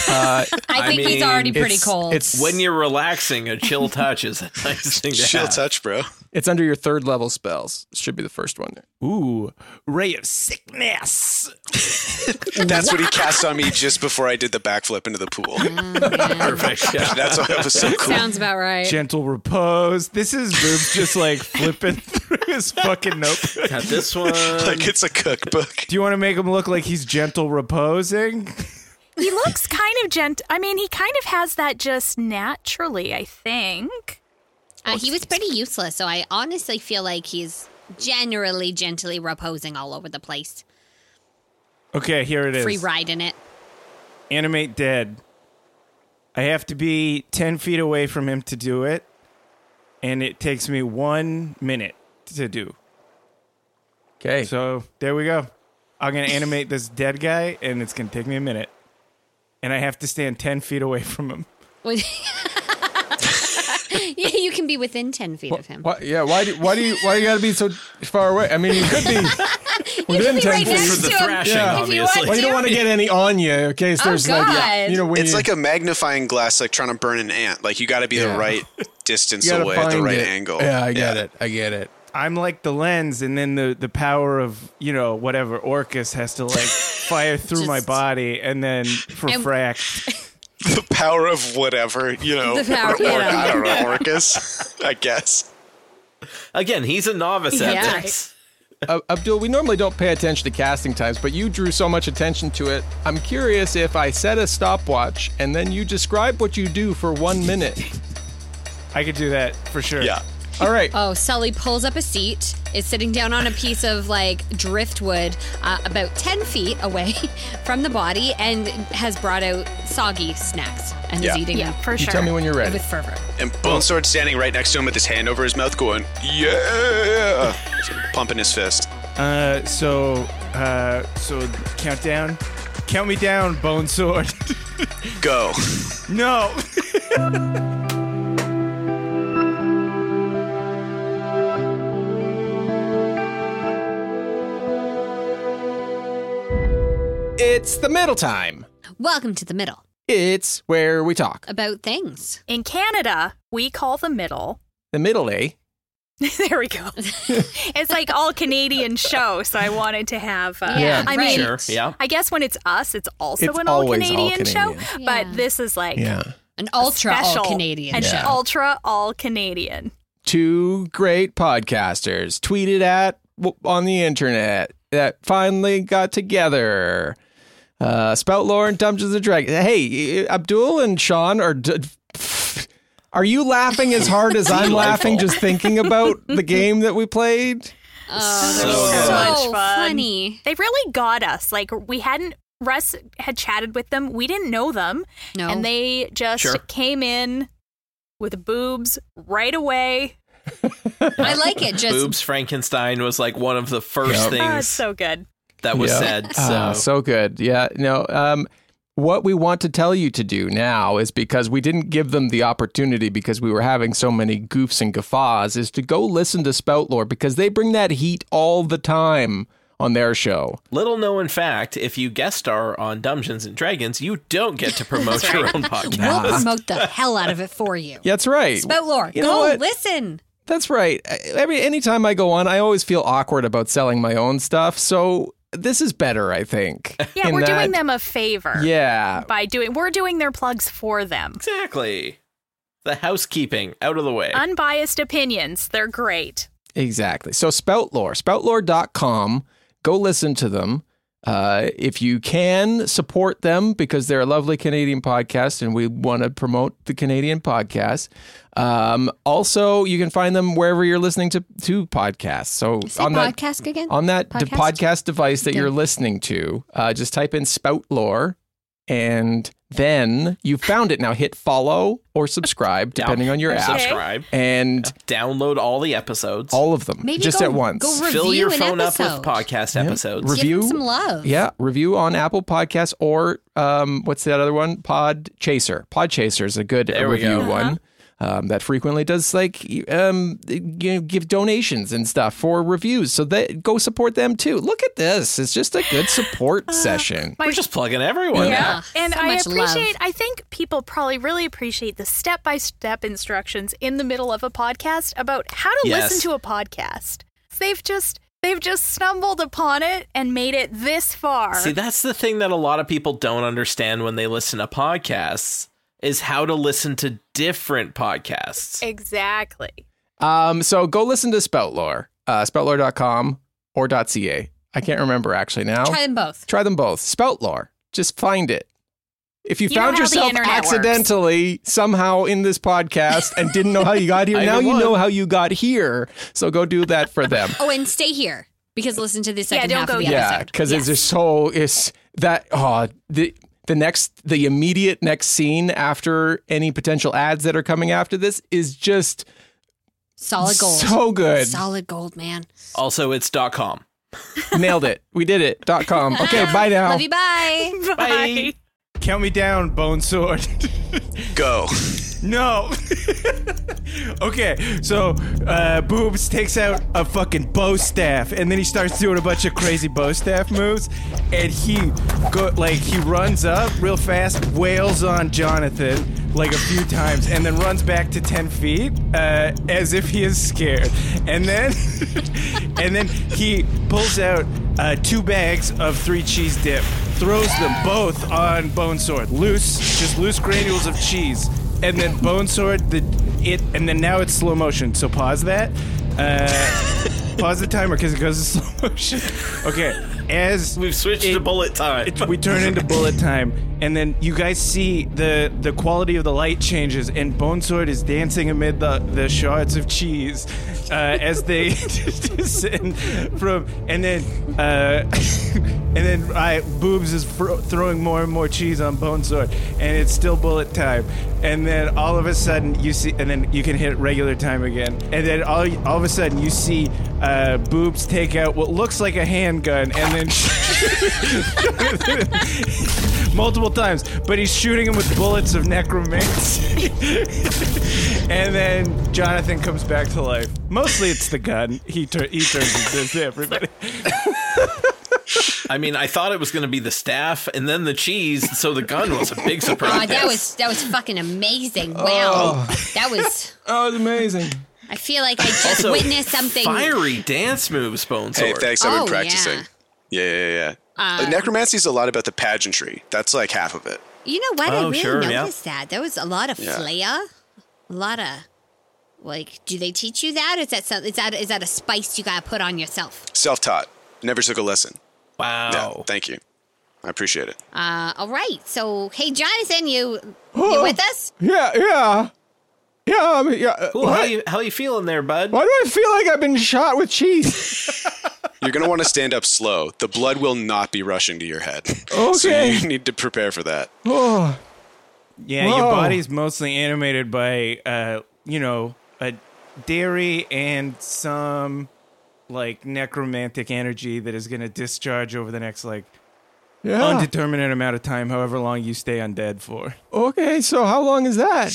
S3: I
S5: I
S3: think he's already
S5: mean,
S3: pretty
S2: it's,
S3: cold.
S2: It's
S5: When you're relaxing, a chill touch is a nice thing to
S6: She'll
S5: have.
S6: touch, bro.
S2: it's under your third level spells. Should be the first one there.
S7: Ooh, ray of sickness.
S6: That's what he cast on me just before I did the backflip into the pool.
S5: Perfect. Yeah.
S6: That's why it was so cool.
S3: Mm. Sounds about right.
S7: Gentle repose. This is Boobs just like flipping through his fucking notebook.
S5: Got this one.
S6: Like it's a cookbook.
S7: Do you want to make him look like he's gentle reposing?
S4: he looks kind of gent. I mean, he kind of has that just naturally. I think.
S3: Uh, he was pretty useless, so I honestly feel like he's generally gently reposing all over the place,
S7: Okay, here it is.
S3: free riding it.
S7: Animate dead. I have to be 10 feet away from him to do it, and it takes me one minute to do.
S2: Okay,
S7: So there we go. I'm gonna animate this dead guy, and it's gonna take me a minute. And I have to stand ten feet away from him.
S3: yeah, you can be within ten feet of him.
S2: Why, yeah, why do why do you why you gotta be so far away? I mean, you could be within
S3: Be
S2: ten
S3: right
S2: feet.
S3: next
S5: for the
S3: to him
S5: thrashing,
S3: if you want
S5: obviously.
S2: Well, you
S3: to. Oh,
S2: don't want to get any on you in case there's like
S3: God.
S2: you know when
S6: it's
S2: you,
S6: like a magnifying glass, like trying to burn an ant. Like you got to be
S2: Yeah.
S6: the right distance
S2: you gotta
S6: away at the
S2: find
S6: right
S2: it.
S6: angle.
S2: Yeah, I get it. I get it.
S7: I'm like the lens, and then the the power of you know whatever Orcus has to like fire through my
S3: Just-
S7: body, and then refract.
S6: The power of whatever, you know.
S3: The power-
S6: or- or-
S3: yeah.
S6: I don't know, Orcus, I guess.
S5: Again, he's a novice at
S3: Yeah.
S5: this.
S2: Uh, Abdul, we normally don't pay attention to casting times, but you drew so much attention to it. I'm curious if I set a stopwatch and then you describe what you do for one minute.
S7: I could do that for sure.
S6: Yeah.
S2: All right.
S3: Oh, Sully pulls up a seat, is sitting down on a piece of like driftwood uh, about 10 feet away from the body and has brought out soggy snacks and
S6: Yeah.
S3: is eating
S4: Yeah,
S3: them
S4: for
S2: you
S4: sure.
S2: tell me when you're ready.
S3: with fervor.
S6: And Bone Sword standing right next to him with his hand over his mouth, going, "Yeah!" Pumping his fist.
S7: Uh, so, uh, so countdown. Count me down, Bone Sword.
S6: Go.
S7: no.
S2: It's the middle time.
S3: Welcome to the middle
S2: It's where we talk.
S3: about things.
S4: In Canada, we call the middle.
S2: The middle A.
S4: there we go. it's like all Canadian show, so I wanted to have. Uh,
S3: Yeah,
S4: I
S3: right.
S4: mean,
S5: Sure, yeah.
S4: I guess when it's us, it's also
S2: It's
S4: an all
S2: always all
S4: Canadian, show,
S2: Canadian.
S3: Yeah.
S4: but this is like
S3: An ultra
S4: special
S3: all Canadian
S4: and
S3: show.
S4: ultra all Canadian.
S2: Two great podcasters tweeted at w- on the internet that finally got together. Uh, Spout Lore and Dungeons and Dragons. Hey, Abdul and Sean are. D- are you laughing as hard as I'm laughing just thinking about the game that we played?
S3: Oh,
S5: So
S3: so,
S5: good.
S4: much fun.
S3: funny.
S4: They really got us. Like we hadn't. Russ had chatted with them. We didn't know them,
S3: No.
S4: and they just
S5: Sure.
S4: came in with boobs right away.
S3: I like it. Just
S5: Boobs Frankenstein was like one of the first
S2: Yep.
S4: Oh,
S5: things
S4: it's so good.
S5: that was
S2: Yeah.
S5: said. So,
S2: Ah, so good. Yeah. No. Um, what we want to tell you to do now is because we didn't give them the opportunity because we were having so many goofs and guffaws is to go listen to Spout Lore because they bring that heat all the time on their show.
S5: little known fact: if you guest star on Dungeons and Dragons, you don't get to promote
S3: That's
S5: your
S3: right.
S5: own podcast.
S3: we'll promote the hell out of it for you.
S2: Yeah, that's right.
S3: About lore.
S2: You know
S3: Go
S2: what?
S3: listen.
S2: That's right. I- Every anytime I go on, I always feel awkward about selling my own stuff. So this is better, I think.
S4: Yeah,
S2: in
S4: we're
S2: that-
S4: doing them a favor.
S2: Yeah.
S4: by doing we're doing their plugs for them.
S5: Exactly. The housekeeping out of the way.
S4: Unbiased opinions, they're great.
S2: Exactly. So Spout Lore, spoutlore.com. Go listen to them. Uh, if you can, support them because they're a lovely Canadian podcast and we want to promote the Canadian podcast. Um, also, you can find them wherever you're listening to, to podcasts. So
S3: Say
S2: on that,
S3: podcast again.
S2: on that d-
S3: Podcast?
S2: podcast device that
S3: Yeah.
S2: you're listening to, uh, just type in Spout Lore and then you found it. Now hit follow or subscribe,
S5: Down-
S2: depending on your app.
S5: Subscribe.
S2: And
S5: Download all the episodes.
S2: all of them,
S3: Maybe
S2: just
S3: go-
S2: at once.
S3: Go review
S5: Fill your
S3: an
S5: phone
S3: episode.
S5: up with podcast
S2: Yeah.
S5: episodes.
S2: Re- Review.
S3: Give them some love.
S2: Yeah, review on Apple Podcasts or um, what's that other one? Pod Chaser. Pod Chaser is a good
S5: There we
S2: review
S5: go.
S3: Uh-huh.
S2: one um, that frequently does like um, you know, give donations and stuff for reviews. So that go support them too. Look at this; it's just a good
S3: Uh.
S2: support session.
S5: We're just plugging everyone.
S3: Yeah.
S4: And
S3: So
S4: I
S3: much love.
S4: appreciate I think people probably really appreciate the step-by-step instructions in the middle of a podcast about how to
S5: Yes.
S4: listen to a podcast. They've just they've just stumbled upon it and made it this far.
S5: See, that's the thing that a lot of people don't understand when they listen to podcasts is how to listen to different podcasts.
S4: exactly.
S2: Um, so go listen to Spoutlore, uh, spoutlore.com or .ca. I can't remember actually now.
S3: Try them both.
S2: Try them both. Spelt lore. Just find it. If you,
S4: You know
S2: found
S4: how the
S2: yourself
S4: internet works.
S2: accidentally somehow in this podcast and didn't know how you got here,
S5: I
S2: now
S5: know
S2: you
S5: one.
S2: know how you got here. So go do that for them.
S3: Oh, and stay here because listen to the second
S4: don't
S3: half
S4: go
S3: of the
S4: yet.
S2: yeah,
S3: episode.
S2: because it's
S3: Yes.
S2: just so it's that oh the the next the immediate next scene after any potential ads that are coming after this is just
S3: solid gold.
S2: so good.
S3: Solid gold, man.
S5: Also, it's dot .com.
S2: Nailed it. We did it. Dot com. Okay, bye now.
S3: Love you. Bye.
S5: Bye.
S7: Count me down, Bone Sword.
S6: Go.
S7: no. okay, so uh, Boobs takes out a fucking bow staff, and then he starts doing a bunch of crazy bow staff moves, and he go like he runs up real fast, wails on Jonathan like a few times, and then runs back to ten feet uh, as if he is scared, and then and then he pulls out uh, two bags of three cheese dip, throws them both on Bone Sword, loose, just loose granules of cheese, and then Bone Sword the it, and then now it's slow motion. So pause that. Uh, pause the timer because it goes to slow motion. Okay, as
S5: We've switched
S7: it-
S5: to bullet time.
S7: it- we turn into bullet time, and then you guys see the the quality of the light changes, and Bonesword is dancing amid the, the shards of cheese uh, as they descend from, and then uh, and then I boobs is fro- throwing more and more cheese on Bonesword, and it's still bullet time, and then all of a sudden you see, and then you can hit regular time again, and then all all of a sudden you see uh, boobs take out what looks like a handgun, and then. multiple times, but he's shooting him with bullets of necromancy. and then Jonathan comes back to life. Mostly it's the gun. He, tur- he turns into everybody.
S5: I mean, I thought it was going to be the staff and then the cheese, so the gun was a big surprise.
S3: Oh, that was that was fucking amazing. Wow. That was
S2: Oh, it's amazing.
S3: I feel like I just
S5: Also,
S3: witnessed something
S5: Fiery dance moves, Bone
S6: Hey,
S5: Sword.
S6: thanks. I've been
S3: Oh, Uh,
S6: practicing. Yeah, yeah, yeah. Like, necromancy is a lot about the pageantry. That's like half of it.
S3: You know what? I
S5: Oh,
S3: really
S5: sure, yeah.
S3: noticed that. There was a lot of
S6: Yeah.
S3: flair. A lot of like do they teach you that? Is that some, is that is that a spice you got to put on yourself?
S6: Self-taught. Never took a lesson.
S5: wow.
S6: Yeah,
S2: Oh.
S6: thank you. I appreciate it.
S3: Uh, all right. So, hey Jonathan, you you with us?
S2: Yeah, yeah. Yeah, I mean, yeah. uh,
S5: Cool. How you how you feeling there, bud?
S2: Why do I feel like I've been shot with cheese?
S6: You're going to want to stand up slow. The blood will not be rushing to your head. So
S2: Okay.
S6: you need to prepare for that.
S2: Oh,
S7: Yeah,
S2: Whoa.
S7: your body's mostly animated by, uh, you know, a dairy and some like necromantic energy that is going to discharge over the next like
S2: yeah.
S7: undeterminate amount of time, however long you stay undead for.
S2: okay, so how long is that?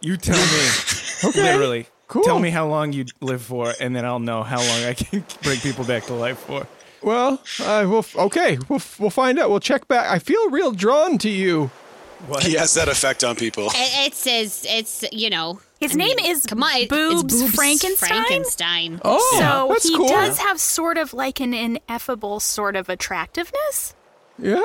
S7: You tell me. Literally.
S2: cool.
S7: Tell me how long you live for, and then I'll know how long I can bring people back to life for.
S2: Well, uh, we'll f- okay, we'll, f- we'll find out. We'll check back. I feel real drawn to you.
S6: He has that effect on people.
S3: It, it says it's you know
S4: His
S3: I mean,
S4: name is
S3: Mm. come on, it- it's
S4: Boobs Frankenstein?
S3: Frankenstein.
S2: Oh,
S4: so
S2: that's
S4: he
S2: cool.
S4: does have sort of like an ineffable sort of attractiveness.
S2: yeah.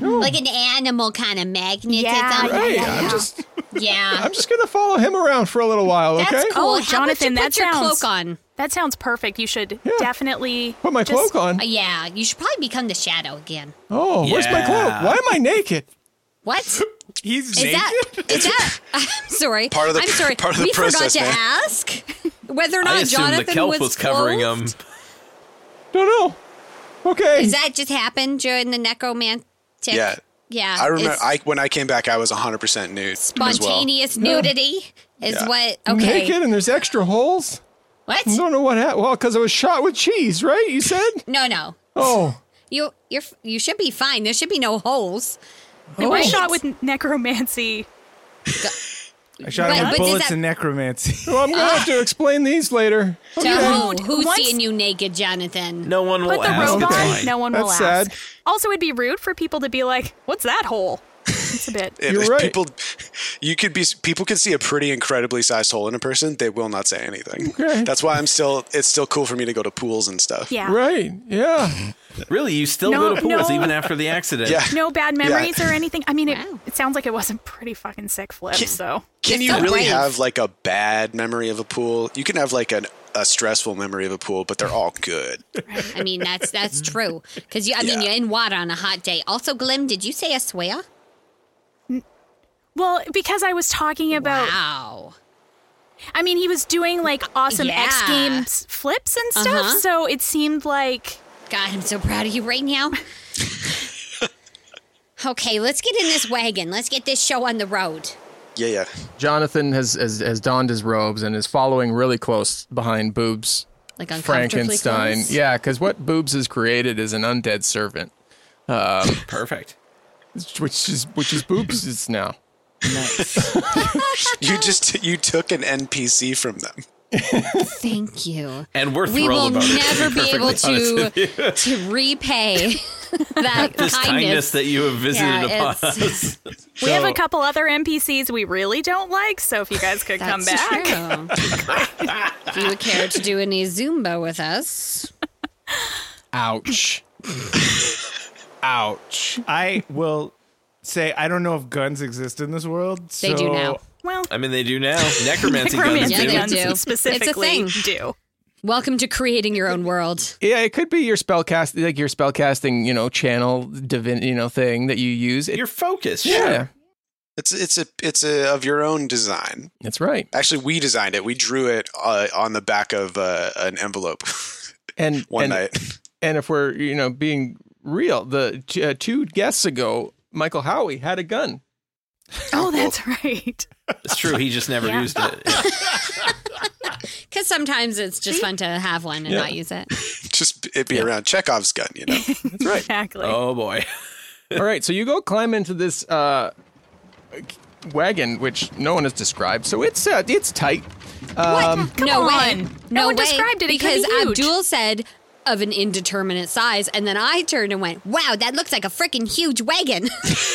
S3: Like an animal kind of magnetism.
S4: Yeah, yeah,
S2: Hey,
S4: yeah,
S2: I'm
S4: yeah.
S2: just
S3: Yeah.
S2: I'm just gonna follow him around for a little while. Okay.
S3: That's cool.
S4: Oh,
S3: How about you
S4: Jonathan,
S3: put
S4: that
S3: your
S4: sounds-
S3: cloak on.
S4: That sounds perfect. You should definitely
S2: Put my
S4: just-
S2: cloak on.
S3: Uh, yeah, you should probably become the shadow again.
S2: Oh, where's my cloak?
S5: Yeah.
S2: Why am I naked?
S3: What is
S7: He's
S3: that? Is that? I'm sorry.
S6: Part of the-
S3: I'm sorry.
S6: part of the
S3: we
S6: process,
S3: forgot to
S6: man.
S3: ask whether or
S5: I
S3: not
S5: assumed
S3: Jonathan
S5: the kelp was,
S3: was,
S5: covering
S3: clothed.
S5: him.
S2: Don't know. Okay.
S3: Is that just happened during the necromantic?
S6: Yeah.
S3: Yeah.
S6: I remember
S3: it's
S6: I, when I came back, I was 100% nude.
S3: spontaneous nudity is
S6: Yeah.
S3: what. Okay.
S2: Naked and there's extra holes.
S3: What?
S2: I don't know what happened. Well, because I was shot with cheese, right? You said.
S3: No, no.
S2: Oh.
S3: You you're f- you should be fine. There should be no holes.
S4: It was
S3: Right.
S4: shot with necromancy.
S7: I shot
S3: But-
S7: him
S3: but does
S7: with bullets
S3: that-
S7: and necromancy.
S2: Well, I'm gonna have to explain these later.
S3: So who,
S4: Dude,
S3: who's
S4: once-
S3: seeing you naked, Jonathan?
S5: No one will
S4: But the
S5: ask.
S4: robot,
S5: It's fine.
S4: no one will
S2: That's
S4: ask.
S2: sad.
S4: Also, it'd be rude for people to be like, "What's that hole?" It's a bit.
S6: If
S2: You're right.
S6: people, you could be people could see a pretty incredibly sized hole in a person. They will not say anything.
S2: Okay.
S6: That's why I'm still. It's still cool for me to go to pools and stuff.
S4: Yeah.
S2: Right. Yeah.
S5: Really, you still
S4: No,
S5: go to pools
S4: no.
S5: even after the accident?
S6: Yeah.
S4: No bad memories or anything. I mean, it,
S3: Wow.
S4: it sounds like it was a pretty fucking sick flip. So
S6: Can
S3: It's
S6: you
S3: so
S6: really
S3: brave.
S6: have like a bad memory of a pool? You can have like an, a stressful memory of a pool, but they're all good.
S3: I mean that's that's true because you. I mean
S6: Yeah.
S3: you're in water on a hot day. Also, Glim, did you say a swear?
S4: well, because I was talking about,
S3: Wow.
S4: I mean, he was doing like awesome X
S3: Yeah.
S4: Games flips and stuff.
S3: Uh-huh.
S4: So it seemed like
S3: God, I'm so proud of you right now. okay, let's get in this wagon. Let's get this show on the road.
S6: Yeah, yeah.
S2: Jonathan has, has has donned his robes and is following really close behind Boobs
S3: Like uncomfortably
S2: Frankenstein.
S3: close?
S2: Yeah, because what Boobs has created is an undead servant,
S5: Perfect.
S2: which is which is Boobs is now.
S6: You just you took an NPC from them.
S3: Thank you.
S5: And we're
S3: we will
S5: thrilled about
S3: never
S5: it.
S3: be able to to repay that
S5: This kindness that you have visited
S3: Yeah,
S5: upon
S3: it's-
S5: us.
S4: we have
S2: So-
S4: a couple other NPCs we really don't like. So if you guys could come
S3: That's
S4: back,
S3: true. if you would care to do any Zumba with us,
S2: Ouch. Ouch.
S7: I will say I don't know if guns exist in this world.
S3: They do
S7: so
S3: now.
S4: well,
S5: I mean, they do now. Necromancy guns
S4: necromancy
S3: Yeah, they
S5: do.
S3: do.
S4: guns
S3: It's a
S4: specifically
S3: thing.
S4: do.
S3: Welcome to creating your own world.
S2: Yeah, it could be your spell cast, like your spell casting, you know, channel divin, you know, thing that you use. It,
S5: Your focus.
S2: yeah,
S6: It's it's a it's a, of your own design.
S2: that's right.
S6: Actually, we designed it. We drew it uh, on the back of uh, an envelope
S2: And
S6: one
S2: and,
S6: night.
S2: and if we're you know being real, the t- uh, two guests ago, Michael Howie had a gun.
S4: Oh, that's right.
S5: It's true. He just never
S4: Yeah.
S5: used it. Yeah.
S3: Because sometimes it's just fun to have one and
S2: Yeah.
S3: not use it.
S6: Just it'd be around Chekhov's gun, you know.
S4: That's right. Exactly.
S5: Oh boy.
S2: All right, so you go climb into this uh, wagon, which no one has described. So it's uh, it's tight.
S5: Um,
S3: what? no
S4: on.
S3: way.
S4: No
S3: No,
S4: one
S3: way.
S4: described it. It could be
S3: because
S4: huge.
S3: Abdul said of an indeterminate size, and then I turned and went, "Wow, that looks like a freaking huge wagon."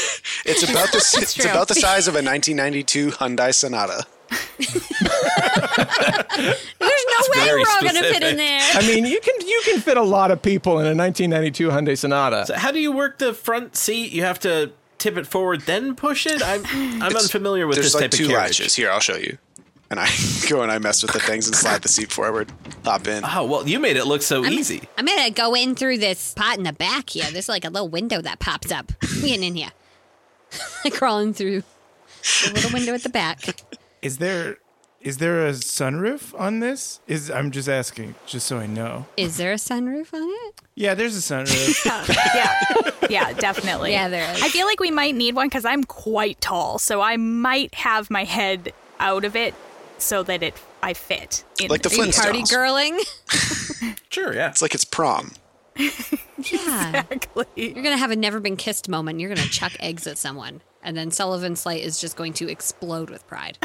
S6: It's about the s- it's
S4: true.
S6: about the size of a 1992 Hyundai Sonata.
S3: There's no way
S5: very
S3: we're all going to fit
S5: specific.
S3: in there.
S2: I mean, you can you can fit a lot of people in a 1992 Hyundai Sonata.
S5: How do you work the front seat? You have to tip it forward, then push it. I'm I'm unfamiliar with
S6: There's
S5: this type
S6: like two
S5: of carriage.
S6: latches. Here, I'll show you. And I go and I mess with the things and slide the seat forward, hop in.
S5: Oh well, you made it look so easy.
S3: I'm going to go in through this pot in the back here. There's like a little window that pops up. We getting in here. Crawling through the little window at the back.
S7: Is there is there a sunroof on this? Is I'm just asking, just so I know.
S3: Is there a sunroof on it?
S7: Yeah, there's a sunroof.
S4: yeah. Yeah, definitely.
S3: Yeah, there is.
S4: I feel like we might need one because I'm quite tall, so I might have my head out of it so that it I fit. In
S6: Like the
S4: there.
S3: Are you
S6: Flintstones.
S3: party girling?
S5: Sure, yeah.
S6: It's like it's prom.
S3: Yeah.
S4: Exactly.
S3: You're going to have a never been kissed moment. You're going to chuck eggs at someone. And then Sullivan Slate is just going to explode with pride.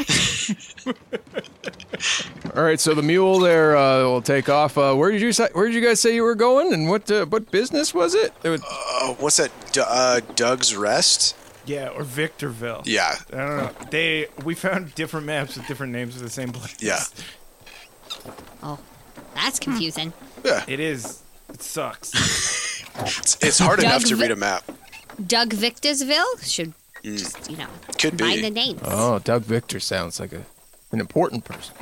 S2: All right, so the mule there uh, will take off. Uh, where did you say, where did you guys say you were going, and what uh, what business was it? It was-
S6: Oh, what's that? D- uh, Doug's Rest?
S7: yeah, or Victorville.
S6: Yeah.
S7: I don't know. They we found different maps with different names of the same place.
S6: Yeah.
S3: Oh, that's confusing.
S7: It is. It sucks.
S6: It's, it's hard enough to
S3: Doug's-
S6: read a map.
S3: Doug Victorsville should just, you know,
S6: Could
S3: combine
S6: be.
S3: the names.
S2: oh, Doug Victor sounds like a an important person.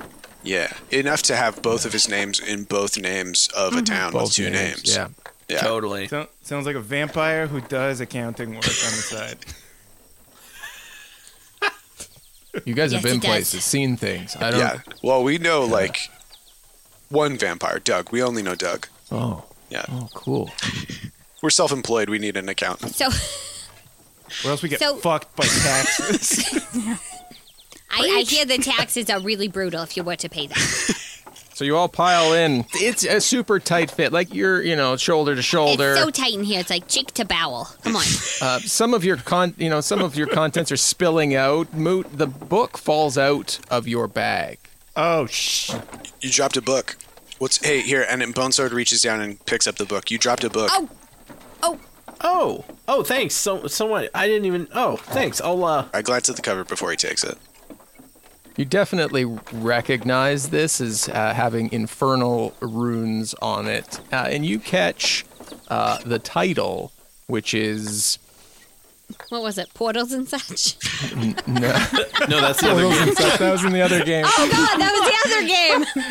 S6: Yeah. Enough to have both of his names in both names of
S3: Mm-hmm.
S6: a town with two names.
S2: Yeah.
S6: Yeah.
S5: Totally.
S7: So, sounds like a vampire who does accounting work on the side.
S2: You guys have
S3: Yes,
S2: been
S3: he does.
S2: places, seen things. I don't.
S6: Yeah. Well, we know like one vampire, Doug. We only know Doug.
S2: Oh.
S6: Yeah.
S2: Oh, cool.
S6: We're self employed. We need an accountant.
S3: So
S7: Or else we get
S3: So-
S7: fucked by taxes.
S3: I, I hear the taxes are really brutal if you were to pay them.
S2: So you all pile in. It's a super tight fit. Like you're, you know, shoulder to shoulder.
S3: It's so tight in here. It's like cheek to bowel. Come on.
S2: Uh, some of your con, you know, some of your contents are spilling out. Moot, the book falls out of your bag.
S7: oh shh.
S6: You dropped a book. What's hey here? And then Bonesword reaches down and picks up the book. You dropped a book.
S3: Oh, oh,
S5: Oh. Oh, thanks. So so much. I didn't even Oh, thanks. I'll uh
S6: I glance at the cover before he takes it.
S2: You definitely recognize this as uh, having infernal runes on it, uh, and you catch uh, the title, which is
S3: what was it? Portals and such.
S5: No, that's the other game.
S2: that was in the other game.
S3: Oh God, that was the other game.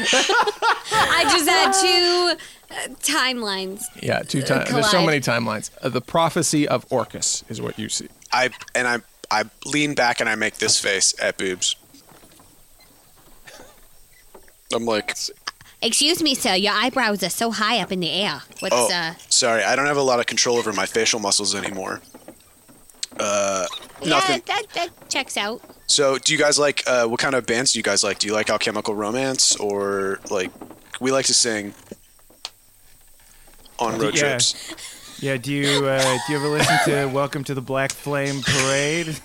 S3: I just had two uh, timelines.
S2: Yeah, two
S3: Uh,
S2: times. There's so
S3: collide.
S2: many timelines. Uh, the prophecy of Orcus is what you see.
S6: I and I I lean back and I make this face at boobs. I'm like,
S3: Excuse me, sir. Your eyebrows are so high up in the air. What's
S6: oh,
S3: uh?
S6: sorry, I don't have a lot of control over my facial muscles anymore. Uh,
S3: Yeah,
S6: Nothing.
S3: that that checks out.
S6: So, do you guys like uh, what kind of bands do you guys like? Do you like Alchemical Romance or like we like to sing on road
S7: Yeah.
S6: trips?
S7: Yeah. Do you uh, do you ever listen to Welcome to the Black Flame Parade?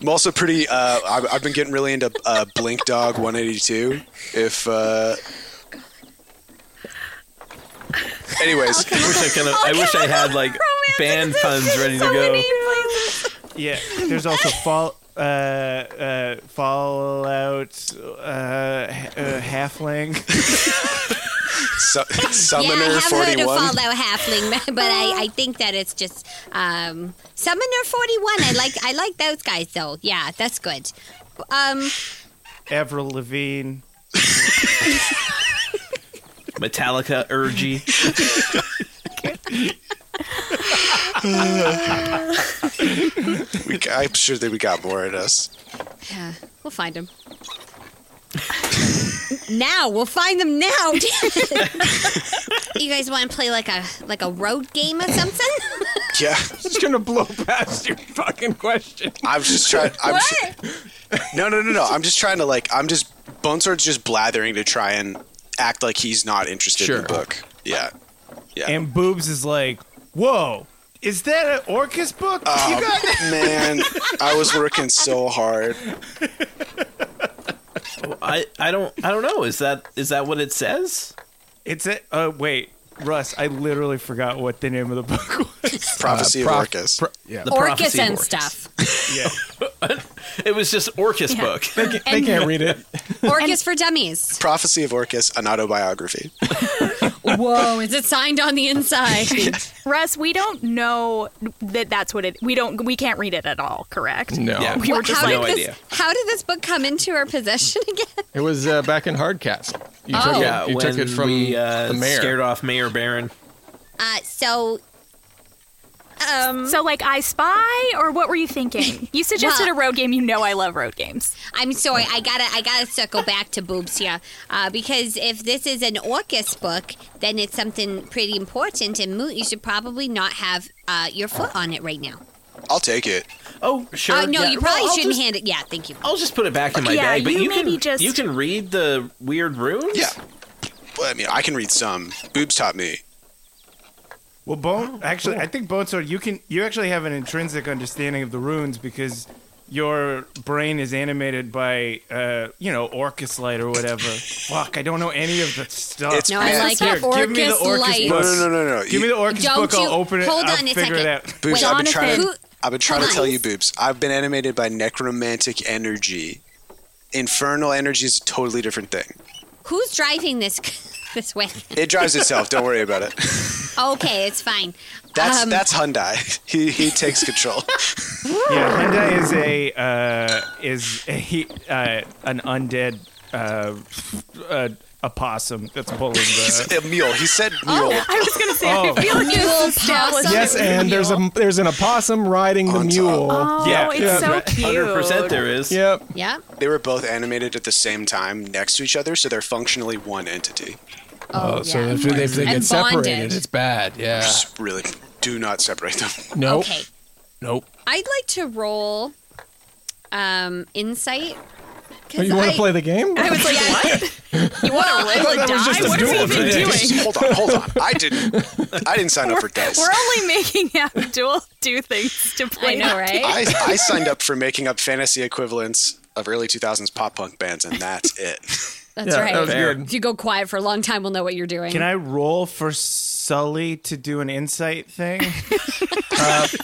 S6: I'm also pretty. Uh, I've, I've been getting really into uh, Blink Dog 182. If uh, anyways,
S5: I wish I could
S3: Oh,
S5: I wish I had like band puns ready to go.
S7: Yeah. There's also fall. Uh, uh, Fallout, uh, h- uh, Halfling.
S6: Su- Summoner
S3: yeah, I have
S6: 41.
S3: heard of Fallout Halfling, but I, I think that it's just um, Summoner Forty One. I like I like those guys though. Yeah, that's good. Um,
S7: Avril Lavigne.
S5: Metallica Urgy.
S6: We, I'm sure that we got more in us.
S3: Yeah, Uh, we'll find them. now we'll find them now. you guys want to play like a like a road game or something?
S6: Yeah,
S2: just gonna blow past your fucking question.
S6: I'm just trying. I'm just- no, no, no, no. I'm just trying to like. I'm just Bonesword's just blathering to try and act like he's not interested in
S2: Sure.
S6: the book. Yeah, yeah.
S7: And Boobs is like, whoa, is that an Orcus book? you got
S6: Man, I was working so hard.
S2: Uh,
S5: I, I don't I don't know. Is that is that what it says?
S7: It's a, uh, wait, Russ, I literally forgot what the name of the book was.
S6: Prophecy
S2: Uh, Prof-
S6: of Orcus.
S2: pro- yeah.
S5: The
S3: Orcas
S5: Prophecy of
S3: and
S5: Orcus.
S3: stuff.
S7: yeah.
S5: It was just Orcus
S4: Yeah.
S5: book.
S2: they can't read it.
S3: Orcas for dummies.
S6: Prophecy of Orcus, an autobiography.
S3: Whoa, is it signed on the inside?
S4: Russ, we don't know that that's what it. We don't. We can't read it at all. Correct?
S2: No,
S5: Yeah.
S4: We were
S3: What-
S4: just
S3: how
S4: like,
S5: No
S3: did
S5: idea.
S3: this, how did this book come into our possession again?
S2: it was uh, back in Hardcastle. You took
S3: Oh.
S2: it.
S5: Yeah,
S2: you
S5: when
S2: took it from
S5: we, uh,
S2: the mayor.
S5: scared off Mayor Baron.
S3: Uh, so, um,
S4: so like I Spy, or what were you thinking? You suggested
S3: Well-
S4: a road game. You know I love road games.
S3: I'm sorry. I gotta, I gotta circle back to boobs here, uh, because if this is an Orcus book, then it's something pretty important, and Moot, you should probably not have uh, your foot on it right now.
S6: I'll take it.
S5: Oh, sure.
S3: uh, no,
S5: yeah.
S3: you probably
S5: I'll
S3: shouldn't
S5: just-
S3: hand it. Yeah, thank you.
S5: I'll just put it back in my
S4: Yeah,
S5: bag, but
S4: you
S5: you,
S4: maybe
S5: can
S4: just-
S5: you can read the weird runes.
S6: Yeah. Well, I mean, I can read some. Boobs taught me.
S7: Well, Bone, actually, I think Bone Sword, you can, you actually have an intrinsic understanding of the runes because your brain is animated by, uh, you know, Orcus light or whatever. Fuck, I don't know any of the stuff.
S6: It's-
S3: No, I
S6: Yeah,
S3: like
S7: Here,
S3: that Orcus
S7: give me the Orcus
S3: light.
S6: No,
S7: book.
S6: no, no, no, no.
S7: Give me the Orcus
S3: Don't
S7: book.
S3: you-
S7: I'll open it.
S3: hold
S7: I'll
S3: on a
S7: figure it
S3: second.
S7: out.
S6: Boobs, I've been trying.
S3: Who-
S6: To, I've been trying to
S3: Hold
S6: tell
S3: on.
S6: you, boobs. I've been animated by necromantic energy. Infernal energy is a totally different thing.
S3: Who's driving this this way?
S6: It drives itself. Don't worry about it.
S3: Okay, it's fine.
S6: That's
S3: Um,
S6: that's Hyundai. He he takes control.
S7: Yeah, Hyundai is a uh, is a, uh, an undead uh, uh, a possum that's pulling the.
S6: a mule. He said mule.
S4: I was gonna say.
S7: Oh.
S4: I feel like
S3: Mule
S4: this is
S3: possum.
S4: now-
S2: Yes, and there's a there's an opossum riding the
S6: On top.
S2: mule.
S4: Oh,
S5: Yeah.
S4: it's
S5: Yeah.
S4: so cute.
S5: Hundred percent, there is.
S2: Yep.
S3: Yeah.
S6: They were both animated at the same time next to each other, so they're functionally one entity.
S3: Oh,
S2: So
S3: yeah.
S2: if they, if they get
S3: And
S2: separated,
S3: bonded.
S2: it's bad. Yeah.
S6: Just really do not separate them.
S2: Nope.
S3: Okay.
S2: Nope.
S3: I'd like to roll um insight. 'cause
S2: Oh, you want
S3: I-
S2: to play the game?
S3: I was like, what? you want to roll a die?
S4: Die? What are we even
S6: Just
S4: doing?
S6: hold on, hold on. I didn't. I didn't sign up for dice.
S4: We're only making Abdul do things to
S3: I
S4: play.
S3: know, right?
S6: I, I signed up for making up fantasy equivalents of early 2000s pop punk bands, and that's it.
S3: That's
S2: Yeah,
S3: right.
S2: that was
S5: Fair.
S2: good.
S3: If you go quiet for a long time, we'll know what you're doing.
S7: Can I roll for Sully to do an insight thing?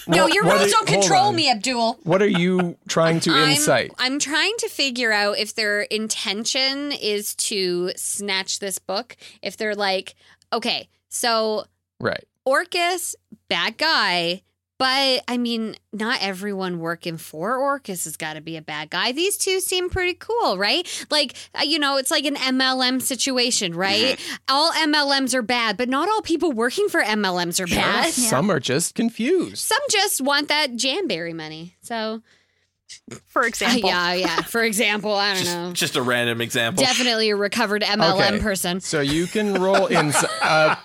S3: No,
S2: Wha-
S3: your
S2: what
S3: rules
S2: are-
S3: don't
S2: hold
S3: control
S2: on.
S3: me, Abdul.
S2: What are you trying to
S3: I'm,
S2: incite?
S3: I'm trying to figure out if their intention is to snatch this book. If they're like, okay, so
S2: Right.
S3: Orcus, bad guy. But I mean, not everyone working for Orcus has got to be a bad guy. These two seem pretty cool, right? Like, uh, you know, it's like an MLM situation, right?
S2: Mm-hmm.
S3: All MLMs are bad, but not all people working for MLMs are bad.
S2: Some are just confused.
S3: Some just want that Jamberry money. So,
S4: For
S3: uh,
S4: example,
S3: yeah, yeah. For example, I don't know.
S5: Just, just a random example.
S3: Definitely a recovered MLM
S2: Okay.
S3: person. So
S2: So you can roll insight. Uh,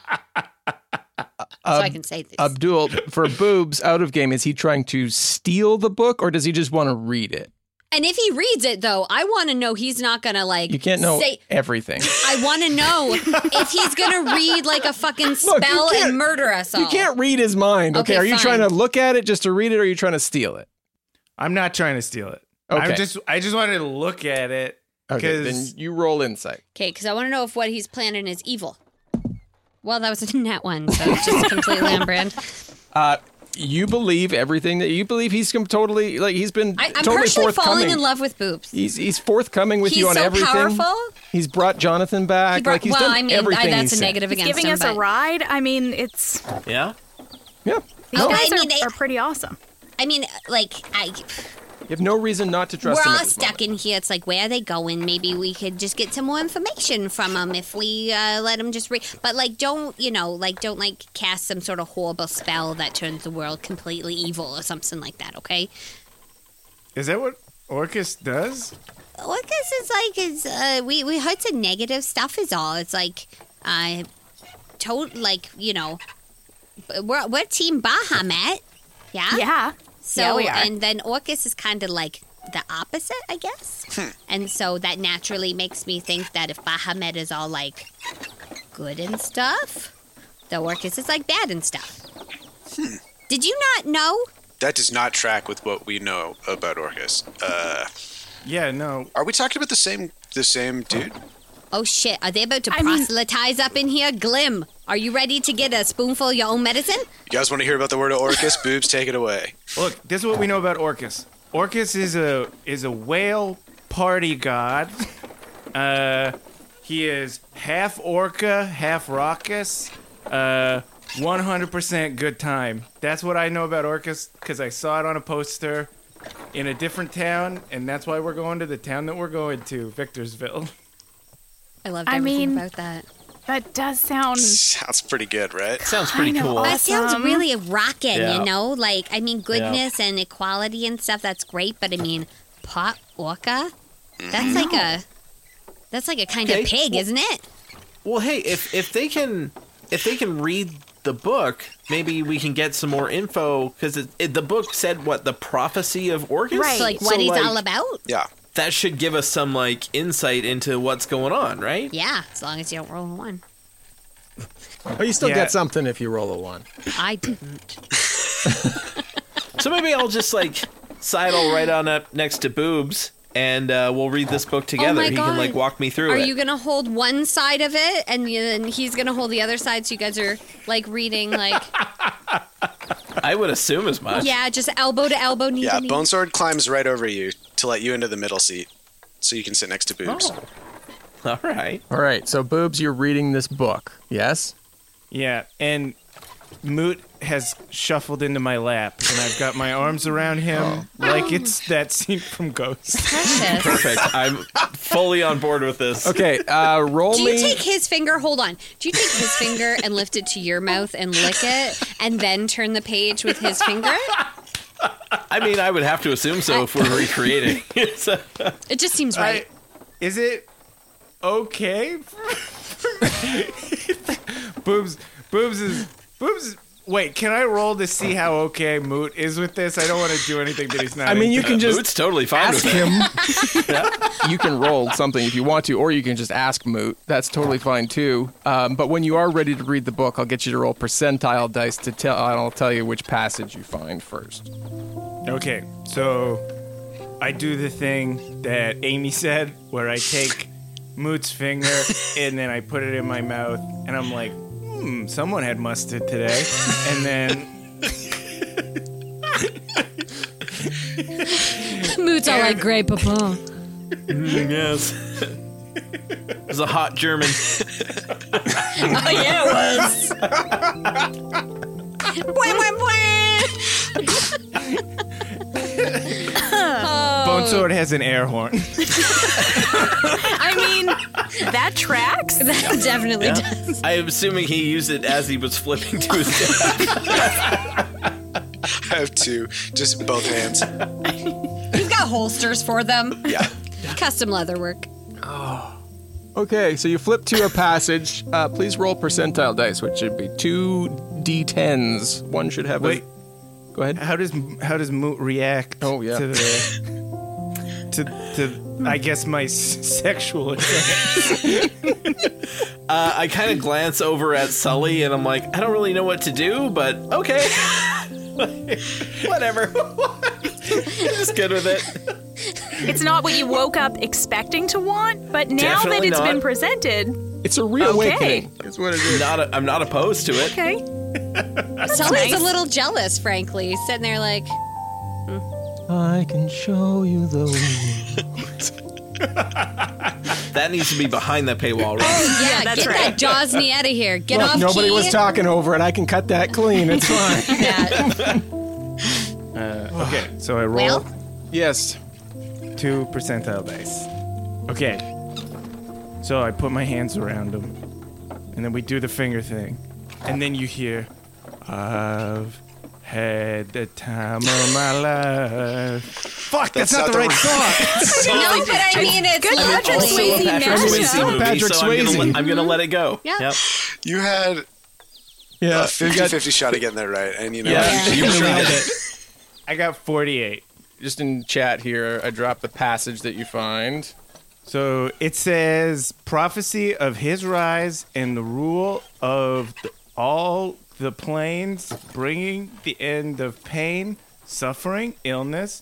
S3: I
S2: Um,
S3: can say this.
S2: Abdul, for boobs out of game, is he trying to steal the book or does he just want to read it?
S3: and if he reads it, though, I want to know he's not going to, like,
S2: You can't know
S3: say-
S2: everything.
S3: I want to know if he's gonna read like a fucking spell
S2: can't-
S3: and murder us all.
S2: You can't read his mind. Okay.
S3: Okay,
S2: are you
S3: fine.
S2: trying to look at it just to read it or are you trying to steal it?
S7: I'm not trying to steal it.
S2: Okay.
S7: I'm just I just wanted to look at it
S2: Okay.
S7: because
S2: Then you roll insight.
S3: Okay, because I want to know if what he's planning is evil. Well, that was a net one, so it's just completely on brand.
S2: Uh, You believe everything that you believe he's com- totally, like, he's been
S3: I, I'm
S2: totally
S3: personally
S2: forthcoming.
S3: falling in love with boobs.
S2: He's, he's forthcoming with
S3: He's
S2: you on
S3: so
S2: everything.
S3: powerful.
S2: He's brought Jonathan back.
S3: He brought-
S2: like he's
S3: well,
S2: done
S3: I mean, I-
S2: everything.
S3: that's
S2: he
S3: a
S2: said.
S3: negative against
S4: giving
S3: him.
S4: us a
S3: but-
S4: ride. I mean, it's
S5: Yeah.
S2: Yeah.
S4: these
S3: Okay,
S4: guys
S3: I mean,
S4: are,
S3: they-
S4: are pretty awesome.
S3: I mean, like I,
S2: You have no reason not to trust
S3: We're
S2: him.
S3: all stuck in here. It's like, where are they going? Maybe we could just get some more information from them if we uh, let them just read. But like, don't you know? Like, don't like cast some sort of horrible spell that turns the world completely evil or something like that. Okay.
S7: Is that what Orcus does?
S3: Orcus is like is uh, we we heard some negative stuff is all. It's like uh told like you know we're we're team Baha Matt. Yeah.
S4: Yeah.
S3: So
S4: yeah, we are.
S3: and then Orcus is kind of like the opposite, I guess.
S4: Hmm.
S3: And so that naturally makes me think that if Bahamut is all like good and stuff, the Orcus is like bad and stuff.
S4: Hmm.
S3: Did you not know?
S6: That does not track with what we know about Orcus. Uh,
S7: Yeah, no.
S6: are we talking about the same the same dude?
S3: Oh shit, are they about to
S4: I mean-
S3: proselytize up in here? Glim, are you ready to get a spoonful of your own medicine?
S6: You guys want to hear about the word of Orcus? Boobs, take it away.
S7: Look, this is what we know about Orcus. Orcus is a is a whale party god. Uh, he is half orca, half raucous. Uh, 100% good time. That's what I know about Orcus because I saw it on a poster in a different town, and that's why we're going to the town that we're going to, Victorsville.
S3: I loved
S4: I
S3: everything
S4: mean-
S3: about that.
S4: That does sound.
S6: Sounds pretty good, right?
S5: Sounds pretty
S4: Kind of
S5: cool.
S3: That sounds
S4: Awesome.
S3: really rocking,
S5: Yeah.
S3: you know? Like, I mean, goodness and equality and stuff, that's great, but I mean, pot orca?
S4: Mm-hmm.
S3: That's like a. That's like a kind
S5: Okay,
S3: of pig,
S5: well-
S3: isn't it?
S5: Well, hey, if if they can if they can read the book, maybe we can get some more info because it, it, the book said what the prophecy of Orcus,
S4: Right.
S3: So, like,
S5: So,
S3: what he's
S5: like,
S3: all about?
S6: Yeah.
S5: That should give us some like insight into what's going on, right?
S3: Yeah, as long as you don't roll a one.
S2: Oh, you still
S7: Yeah.
S2: get something if you roll a one.
S3: I did.
S5: So maybe I'll just like sidle right on up next to Boobs, and uh, we'll read this book together.
S3: Oh my
S5: he can like
S3: God.
S5: walk me through
S3: Are
S5: it.
S3: you gonna hold one side of it, and then he's gonna hold the other side? So you guys are like reading, like
S5: I would assume as much.
S3: yeah, just elbow to elbow, knee
S6: Yeah,
S3: to knee.
S6: Bone Sword climbs right over you to let you into the middle seat so you can sit next to Boobs.
S5: Oh. All right.
S2: All right, so Boobs, you're reading this book, yes?
S7: Yeah, and Moot has shuffled into my lap, and I've got my arms around him like it's that scene from Ghost.
S3: Precious.
S5: Perfect. I'm fully on board with this.
S2: Okay, uh, roll
S3: Do
S2: me.
S3: you take his finger? Hold on. Do you take his finger and lift it to your mouth and lick it, and then turn the page with his finger?
S5: I mean, I would have to assume so if we're recreating. So-
S3: It just seems right.
S7: Is it okay? boobs, boobs is boobs. Wait, can I roll to see how okay Moot is with this? I don't want to do anything that he's not.
S2: I mean, you
S7: into.
S2: can just
S5: Moot's totally fine
S2: ask
S5: with it.
S2: him. You can roll something if you want to, or you can just ask Moot. That's totally fine too. Um, but when you are ready to read the book, I'll get you to roll percentile dice to tell, and I'll tell you which passage you find first.
S7: Okay, so I do the thing that Amy said, where I take Moot's finger and then I put it in my mouth, and I'm like, hmm, someone had mustard today. And then,
S3: Moots are like great, papa.
S5: Yes. it was a hot German.
S3: Oh yeah, it was. Bwah, bwah, bwah.
S7: Bone Sword has an air horn.
S4: I mean, that tracks.
S3: That definitely does.
S5: I am assuming he used it as he was flipping to his death.
S6: I have two, just both hands.
S3: You've got holsters for them.
S6: Yeah.
S3: Custom leather work.
S2: Okay, so you flip to a passage. Uh, please roll percentile dice, which should be two d10s. One should have.
S7: Wait.
S2: A... Go ahead.
S7: How does how does Moot react?
S2: Oh, yeah.
S7: To the to, to I guess my s- sexual attack.
S5: Uh, I kind of glance over at Sully and I'm like, I don't really know what to do, but okay. Whatever. I'm just good with it.
S4: It's not what you woke up expecting to want, but now that
S5: Definitely
S4: it's
S5: not.
S4: been presented,
S2: It's a reawakening.
S5: Not a, I'm not opposed to it.
S4: okay.
S3: Sully's
S4: nice.
S3: a little jealous, frankly, sitting there like,
S2: I can show you the way.
S5: That needs to be behind that paywall, right?
S3: yeah,
S4: that's
S3: get that
S4: right.
S3: Josney out of here. Get
S2: Look,
S3: off
S2: nobody
S3: key.
S2: was talking over it. I can cut that clean. It's fine.
S3: Yeah.
S7: Okay, so I roll.
S3: Well,
S2: Yes.
S7: Two percentile dice. Okay. So I put my hands around him, and then we do the finger thing, and then you hear, "I've had the time of my life." Fuck, that's, not, the right song.
S3: no, but I mean it's
S4: Good
S3: literally-
S4: Patrick Swayze
S5: Patrick
S4: now.
S5: Swayze movie,
S2: Patrick
S5: so I'm gonna
S2: Swayze.
S5: let- I'm going to let it go.
S3: Yeah.
S5: Yep.
S6: You had
S2: Yeah.
S6: a 50 50 shot of getting that right. And you know,
S2: Yeah.
S6: you,
S2: You
S6: you
S2: really
S6: tried.
S2: did it.
S7: I got forty-eight.
S2: Just in chat here, I dropped the passage that you find.
S7: So it says prophecy of his rise and the rule of the, all the planes, bringing the end of pain, suffering, illness,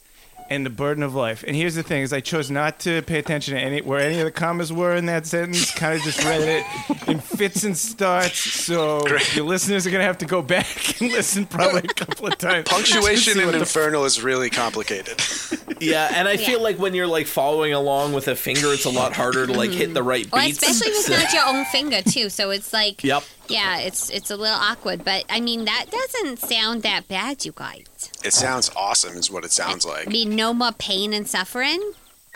S7: and the burden of life. And here's the thing: is I chose not to pay attention to any where any of the commas were in that sentence. Kind of just read it in fits and starts. So your listeners are gonna have to go back and listen probably a couple of times.
S6: Punctuation
S7: See
S6: in
S7: what the
S6: Infernal is really complicated.
S5: Yeah, and I feel like when you're like following along with a finger, it's a lot harder to like hit the right
S3: Well,
S5: beats.
S3: especially if it's
S5: So-
S3: not your own finger too, so it's like
S5: Yep.
S3: yeah, it's it's a little awkward. But I mean, that doesn't sound that bad, you guys.
S6: It sounds awesome, is what it sounds like.
S3: I mean, no more pain and suffering.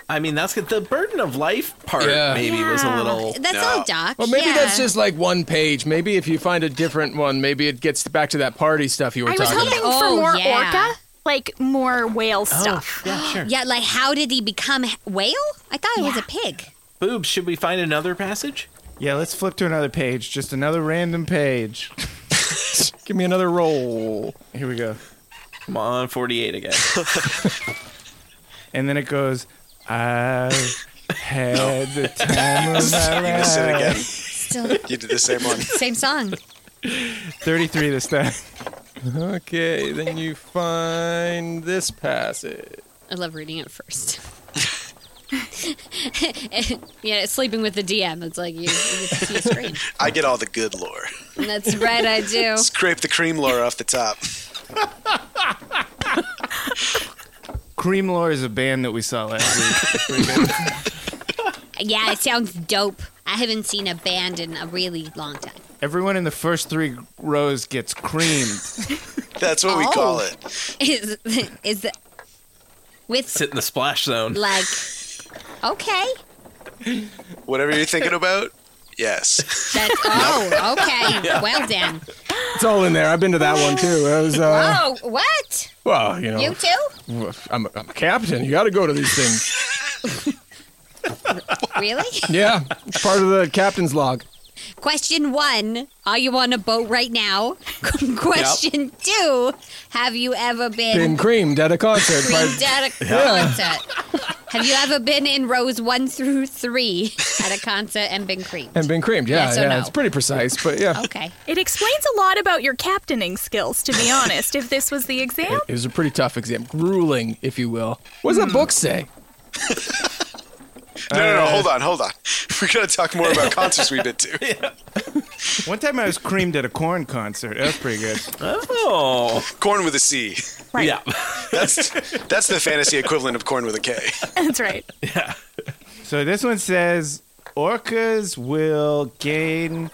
S5: I mean, that's good. The burden of life part
S2: Yeah.
S5: maybe was a
S4: Yeah.
S5: little.
S3: That's
S6: No.
S3: all, Doc.
S2: Well, maybe
S3: yeah.
S2: that's just like one page. Maybe if you find a different one, maybe it gets back to that party stuff you were
S4: I was
S2: talking
S4: hoping
S2: about.
S4: for
S3: Oh,
S4: more
S3: yeah.
S4: orca, like more whale stuff.
S5: Oh, Yeah, sure.
S3: yeah. Like, how did he become h- whale? I thought it was a pig.
S5: Boobs, should we find another passage?
S7: Yeah, let's flip to another page. Just another random page.
S2: Give me another roll.
S7: Here we go.
S5: Come on, 48 again.
S7: and then it goes, I've had the time of my
S6: You missed it
S7: life.
S6: again.
S3: Still,
S6: You did the same one.
S3: same song.
S7: 33 this time.
S2: Okay, then you find this passage.
S3: I love reading it first. yeah, it's sleeping with the DM. It's like you, you get to see a screen.
S6: I get all the good lore.
S3: That's right, I do.
S6: Scrape the cream lore off the top.
S7: Cream Lore is a band that we saw last week.
S3: Yeah, it sounds dope. I haven't seen a band in a really long time.
S7: Everyone in the first three rows gets creamed.
S6: That's what we call it.
S3: Is is the, with
S5: Sit in the splash zone.
S3: like okay?
S6: Whatever you're thinking about, yes.
S3: That's oh okay. Well then.
S2: It's all in there. I've been to that one too. It was, uh,
S3: Oh what?
S2: well, you
S3: You
S2: know,
S3: too?
S2: I'm a, I'm a captain. You got to go to these things.
S3: Really?
S2: Yeah, it's part of the captain's log.
S3: Question one: Are you on a boat right now? Question two: Have you ever
S2: Been
S3: been
S2: creamed at a concert. by-
S3: creamed at a concert? Have you ever been in rows one through three at a concert and been creamed?
S2: and been creamed. Yeah,
S3: Yes or
S2: yeah,
S3: no?
S2: it's pretty precise, but yeah,
S3: Okay.
S4: It explains a lot about your captaining skills, to be honest, if this was the exam.
S2: it was a pretty tough exam, grueling, if you will. What
S3: Hmm.
S2: does the book say?
S6: No, no, no. Hold on, hold on. We're gonna talk more about concerts we've been to.
S7: One time I was creamed at a corn concert. That was pretty good.
S5: Oh.
S6: Corn with a C.
S4: Right.
S5: Yeah.
S6: That's that's the fantasy equivalent of corn with a K.
S4: That's right.
S7: So this one says orcas will gain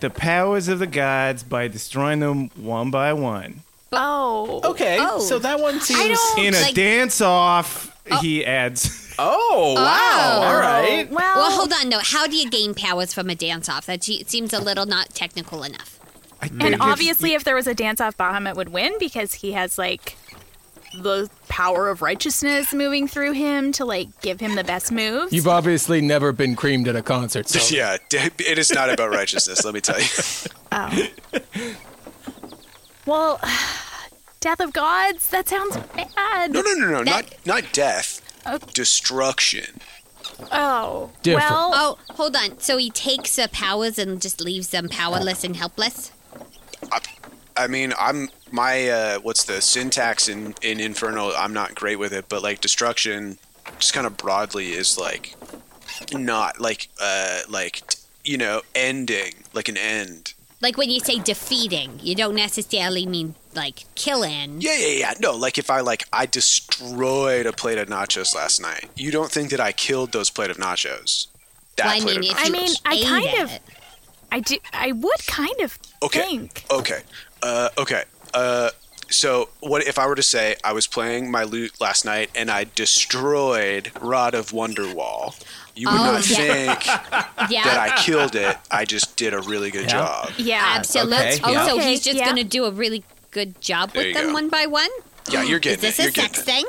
S7: the powers of the gods by destroying them one by one.
S4: Oh.
S5: Okay.
S3: Oh.
S5: So that one seems.
S3: don't-
S7: In a
S3: Like-
S7: dance off, he adds.
S5: Oh, wow.
S3: Oh.
S5: All right.
S4: Well,
S3: Well, hold on. No, how do you gain powers from a dance-off? That se- seems a little not technical enough.
S4: and obviously, if there was a dance off, Bahamut would win because he has, like, the power of righteousness moving through him to, like, give him the best moves.
S2: You've obviously never been creamed at a concert, so
S6: Yeah, d- it is not about righteousness. Let me tell you.
S4: well, Death of Gods, that sounds bad.
S6: No, no, no, no. Not
S3: That-
S6: not death.
S4: Okay.
S6: Destruction.
S4: Oh.
S2: Different.
S4: Well,
S3: Oh, hold on. So he takes the powers and just leaves them powerless and helpless.
S6: I mean, I'm my uh, what's the syntax in in Infernal? I'm not great with it, but like destruction, just kind of broadly is like not like uh like t- you know ending like an end.
S3: Like when you say defeating, you don't necessarily mean like killing.
S6: Yeah, yeah, yeah. No, like if I like I destroyed a plate of nachos last night. You don't think that I killed those plate of nachos? That
S3: Well, I
S6: plate
S3: mean,
S6: of
S3: if
S6: nachos.
S4: I mean, I
S3: ate
S4: kind
S3: it.
S4: of, I do, I would kind of
S6: okay,
S4: think.
S6: okay, uh, okay. Uh, So, what if I were to say I was playing my lute last night and I destroyed Rod of Wonderwall? You would
S3: Oh,
S6: not
S3: yeah.
S6: think
S3: Yeah.
S6: that I killed it. I just did a really good job.
S4: Yeah.
S3: Absolutely.
S5: Okay,
S3: oh,
S5: yeah.
S3: so
S4: Okay,
S3: he's just
S4: yeah.
S3: going to do a really good job
S6: There
S3: with
S6: you
S3: them
S6: go.
S3: one by one?
S6: Yeah, you're
S3: Is
S6: getting
S3: this
S6: it.
S3: a
S6: You're getting
S3: sex
S6: it.
S3: thing?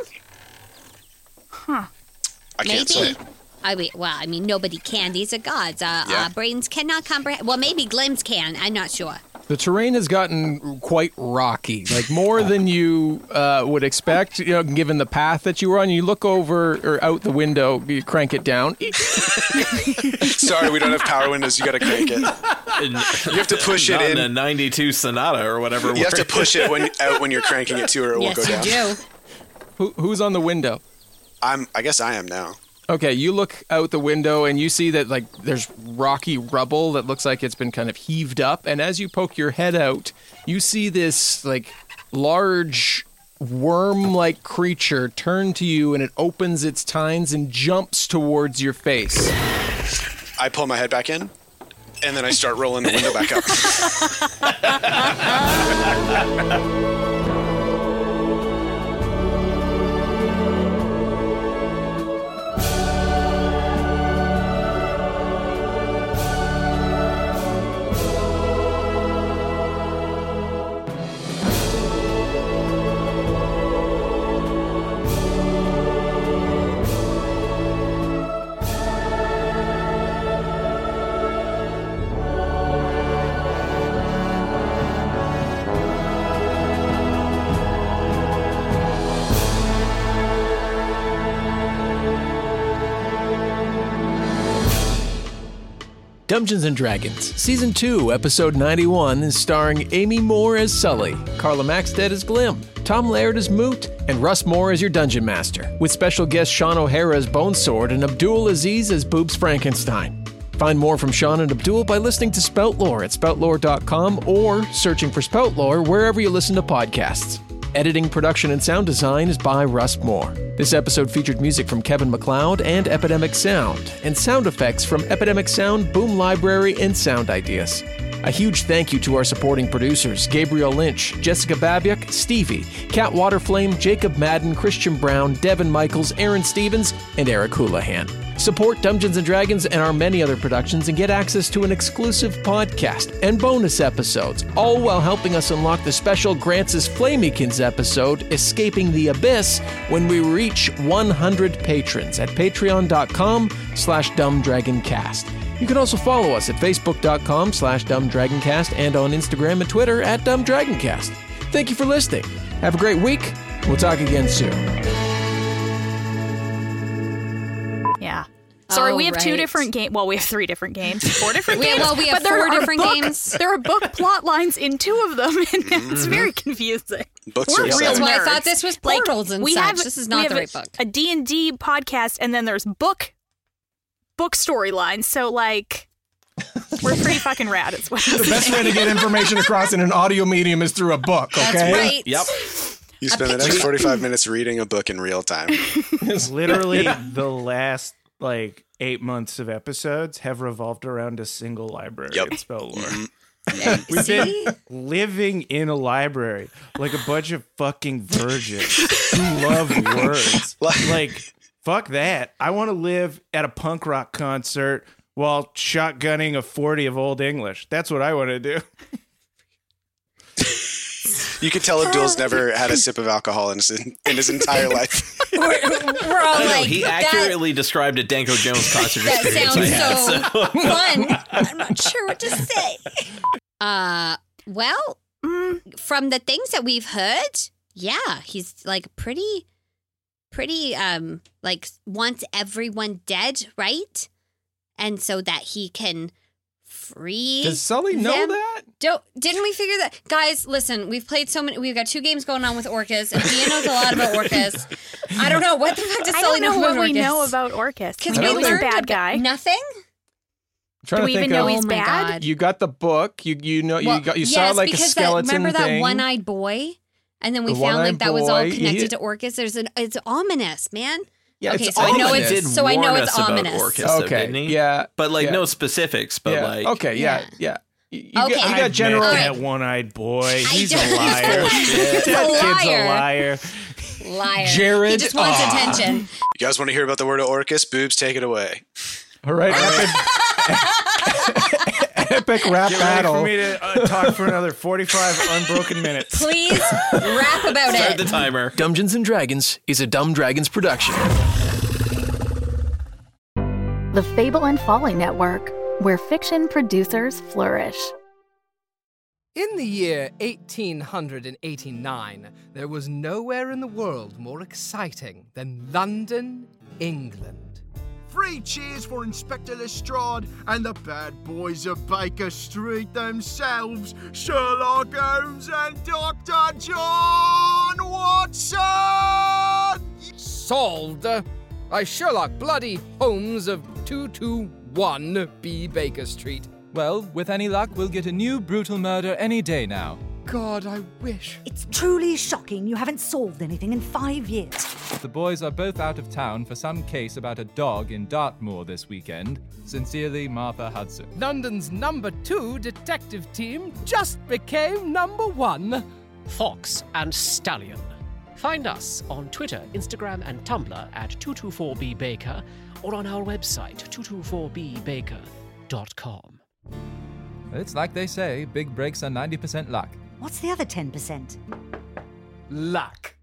S6: I can't say
S3: Maybe.
S6: it.
S3: I mean, well, I mean, nobody can. These are gods. Uh,
S6: Yeah.
S3: uh, brains cannot comprehend. Well, maybe glims can. I'm not sure.
S2: The terrain has gotten quite rocky, like more than you uh, would expect, you know, given the path that you were on. You look over or out the window, you crank it down.
S6: Sorry, we don't have power windows. You got to crank it.
S5: you have
S6: to push it
S5: Not
S6: in.
S5: a 92 Sonata or whatever.
S6: You have to
S5: word.
S6: push it when out when you're cranking it too, or it won't go down.
S3: yes, you do.
S2: Who, who's on the window?
S6: I'm. I guess I am now.
S2: Okay, you look out the window and you see that like there's rocky rubble that looks like it's been kind of heaved up and as you poke your head out, you see this like large worm-like creature turn to you and it opens its tines and jumps towards your face.
S6: I pull my head back in, and then I start rolling the window back up.
S2: Dungeons and Dragons, Season 2, Episode 91 is starring Amy Moore as Sully, Carla Maxted as Glim, Tom Laird as Moot, and Russ Moore as your Dungeon Master, with special guest Sean O'Hara as Bonesword and Abdul Aziz as Boobs Frankenstein. Find more from Sean and Abdul by listening to Spout Lore at spoutlore.com or searching for Spout Lore wherever you listen to podcasts. Editing, production, and sound design is by Russ Moore. This episode featured music from Kevin McLeod and Epidemic Sound, and sound effects from Epidemic Sound, Boom Library, and Sound Ideas. A huge thank you to our supporting producers Gabriel Lynch, Jessica Babiak, Stevie, Kat Waterflame, Jacob Madden, Christian Brown, Devin Michaels, Aaron Stevens, and Eric Houlihan. Support Dungeons and Dragons and our many other productions and get access to an exclusive podcast and bonus episodes, all while helping us unlock the special Grants' Flamekins episode, Escaping the Abyss, when we reach 100 patrons at patreon.com slash dumbdragoncast. You can also follow us at facebook.com slash dumbdragoncast and on Instagram and Twitter at dumbdragoncast. Thank you for listening. Have a great week. We'll talk again soon.
S4: Yeah. Sorry,
S3: Oh,
S4: we have two
S3: right.
S4: different games. Well, we have three different games, four different
S3: We-
S4: games.
S3: well, we have
S4: but there
S3: four
S4: are
S3: different
S4: book-
S3: games. Mm-hmm.
S4: There are book plot lines in two of them, and it's very confusing.
S6: Books
S4: We're
S6: are
S4: real
S6: exciting. That's
S3: why I
S4: nerds.
S3: thought this was
S4: Like,
S3: portals and
S4: we
S3: such.
S4: Have,
S3: This is not
S4: we
S3: the
S4: have
S3: right book.
S4: A D and D podcast, and then there's book book storylines. So like, we're pretty fucking rad as well.
S2: The best way to get information across in an audio medium is through a book, okay?
S3: That's right.
S5: Yep.
S6: You spend the next 45 minutes reading a book in real time.
S7: Literally, the last like eight months of episodes have revolved around a single library
S6: Yep.
S7: in Spell
S2: Mm-hmm.
S7: Lore. We've been living in a library like a bunch of fucking virgins who love words. Like, fuck that. I want to live at a punk rock concert while shotgunning a 40 of Old English. That's what I want to do.
S6: You can tell Abdul's never had a sip of alcohol in his, in his entire life.
S3: We're, we're all
S5: I know,
S3: like,
S5: he
S3: that,
S5: accurately described a Danko Jones concert
S3: that
S5: experience. I had,
S3: sounds
S5: so-
S3: so fun. I'm not sure what to say. Uh, well, mm, from the things that we've heard, yeah, he's like pretty, pretty, um, like wants everyone dead, right? And so that he can free.
S2: Does Sully know
S3: them.
S2: that?
S3: Don't, didn't we figure that? Guys, listen, we've played so many. We've got two games going on with Orcas, and Ian knows a lot about Orcas. I don't know. What the fuck does
S4: I
S3: Sully
S4: don't know
S3: about
S4: what we
S3: Orcas?
S4: know about Orcus.
S3: Because
S2: I
S3: we
S2: don't
S4: he's a
S3: learned
S4: bad
S3: ab-
S4: guy.
S3: Nothing.
S2: I'm
S4: Do
S2: trying to
S4: we
S2: think
S4: even know
S2: of,
S4: he's
S3: oh my
S4: bad?
S3: god!
S2: you got the book. You you know you
S3: Well,
S2: got you
S3: yes,
S2: saw like a
S3: because
S2: skeleton
S3: That, remember
S2: thing.
S3: that one-eyed boy, and then we
S2: The
S3: found like
S2: one-eyed
S3: that was all
S2: boy,
S3: connected
S2: he-
S3: to Orcus. There's an it's ominous, man.
S2: Yeah,
S3: okay,
S2: it's
S3: so I know
S2: ominous.
S3: it's so I
S5: Did
S3: know
S5: warn
S3: it's
S5: us about
S3: ominous.
S5: Orcus.
S2: okay,
S5: didn't he?
S2: yeah,
S5: But like
S2: yeah,
S5: no specifics, but
S2: yeah.
S5: like
S2: okay, yeah,
S3: Yeah.
S2: yeah. You, you
S3: Okay.
S2: got, you
S3: I've
S2: got
S3: met
S2: general.
S3: All
S7: that
S3: right.
S7: one-eyed boy.
S3: I
S7: He's a
S3: don't-
S7: liar.
S3: He's a
S7: that kid's a
S3: liar.
S7: liar.
S3: Liar.
S2: Jared,
S3: He just wants
S2: ah.
S3: attention.
S6: You guys want to hear about the word of Orcus? Boobs, take it away.
S2: All right, epic, epic rap
S7: Ready
S2: battle.
S7: for me to uh, talk for another 45 unbroken minutes.
S3: Please rap about
S5: Start the
S3: it.
S5: timer.
S8: Dungeons and Dragons is a Dumb Dragons production.
S1: The Fable and Folly Network, where fiction producers flourish.
S9: In the year 1889, there was nowhere in the world more exciting than London, England.
S10: Three cheers for Inspector Lestrade and the bad boys of Baker Street themselves, Sherlock Holmes and Dr. John Watson!
S9: Solved uh, by Sherlock Bloody Holmes of 221B Baker Street.
S11: Well, with any luck, we'll get a new brutal murder any day now.
S9: God, I wish.
S12: It's truly shocking you haven't solved anything in five years.
S11: The boys are both out of town for some case about a dog in Dartmoor this weekend. Sincerely, Martha Hudson.
S9: London's number two detective team just became number one.
S13: Fox and Stallion. Find us on Twitter, Instagram, and Tumblr at 224bbaker or on our website, 224bbaker.com.
S11: It's like they say big breaks are 90% luck.
S12: What's the other 10%?
S9: Luck.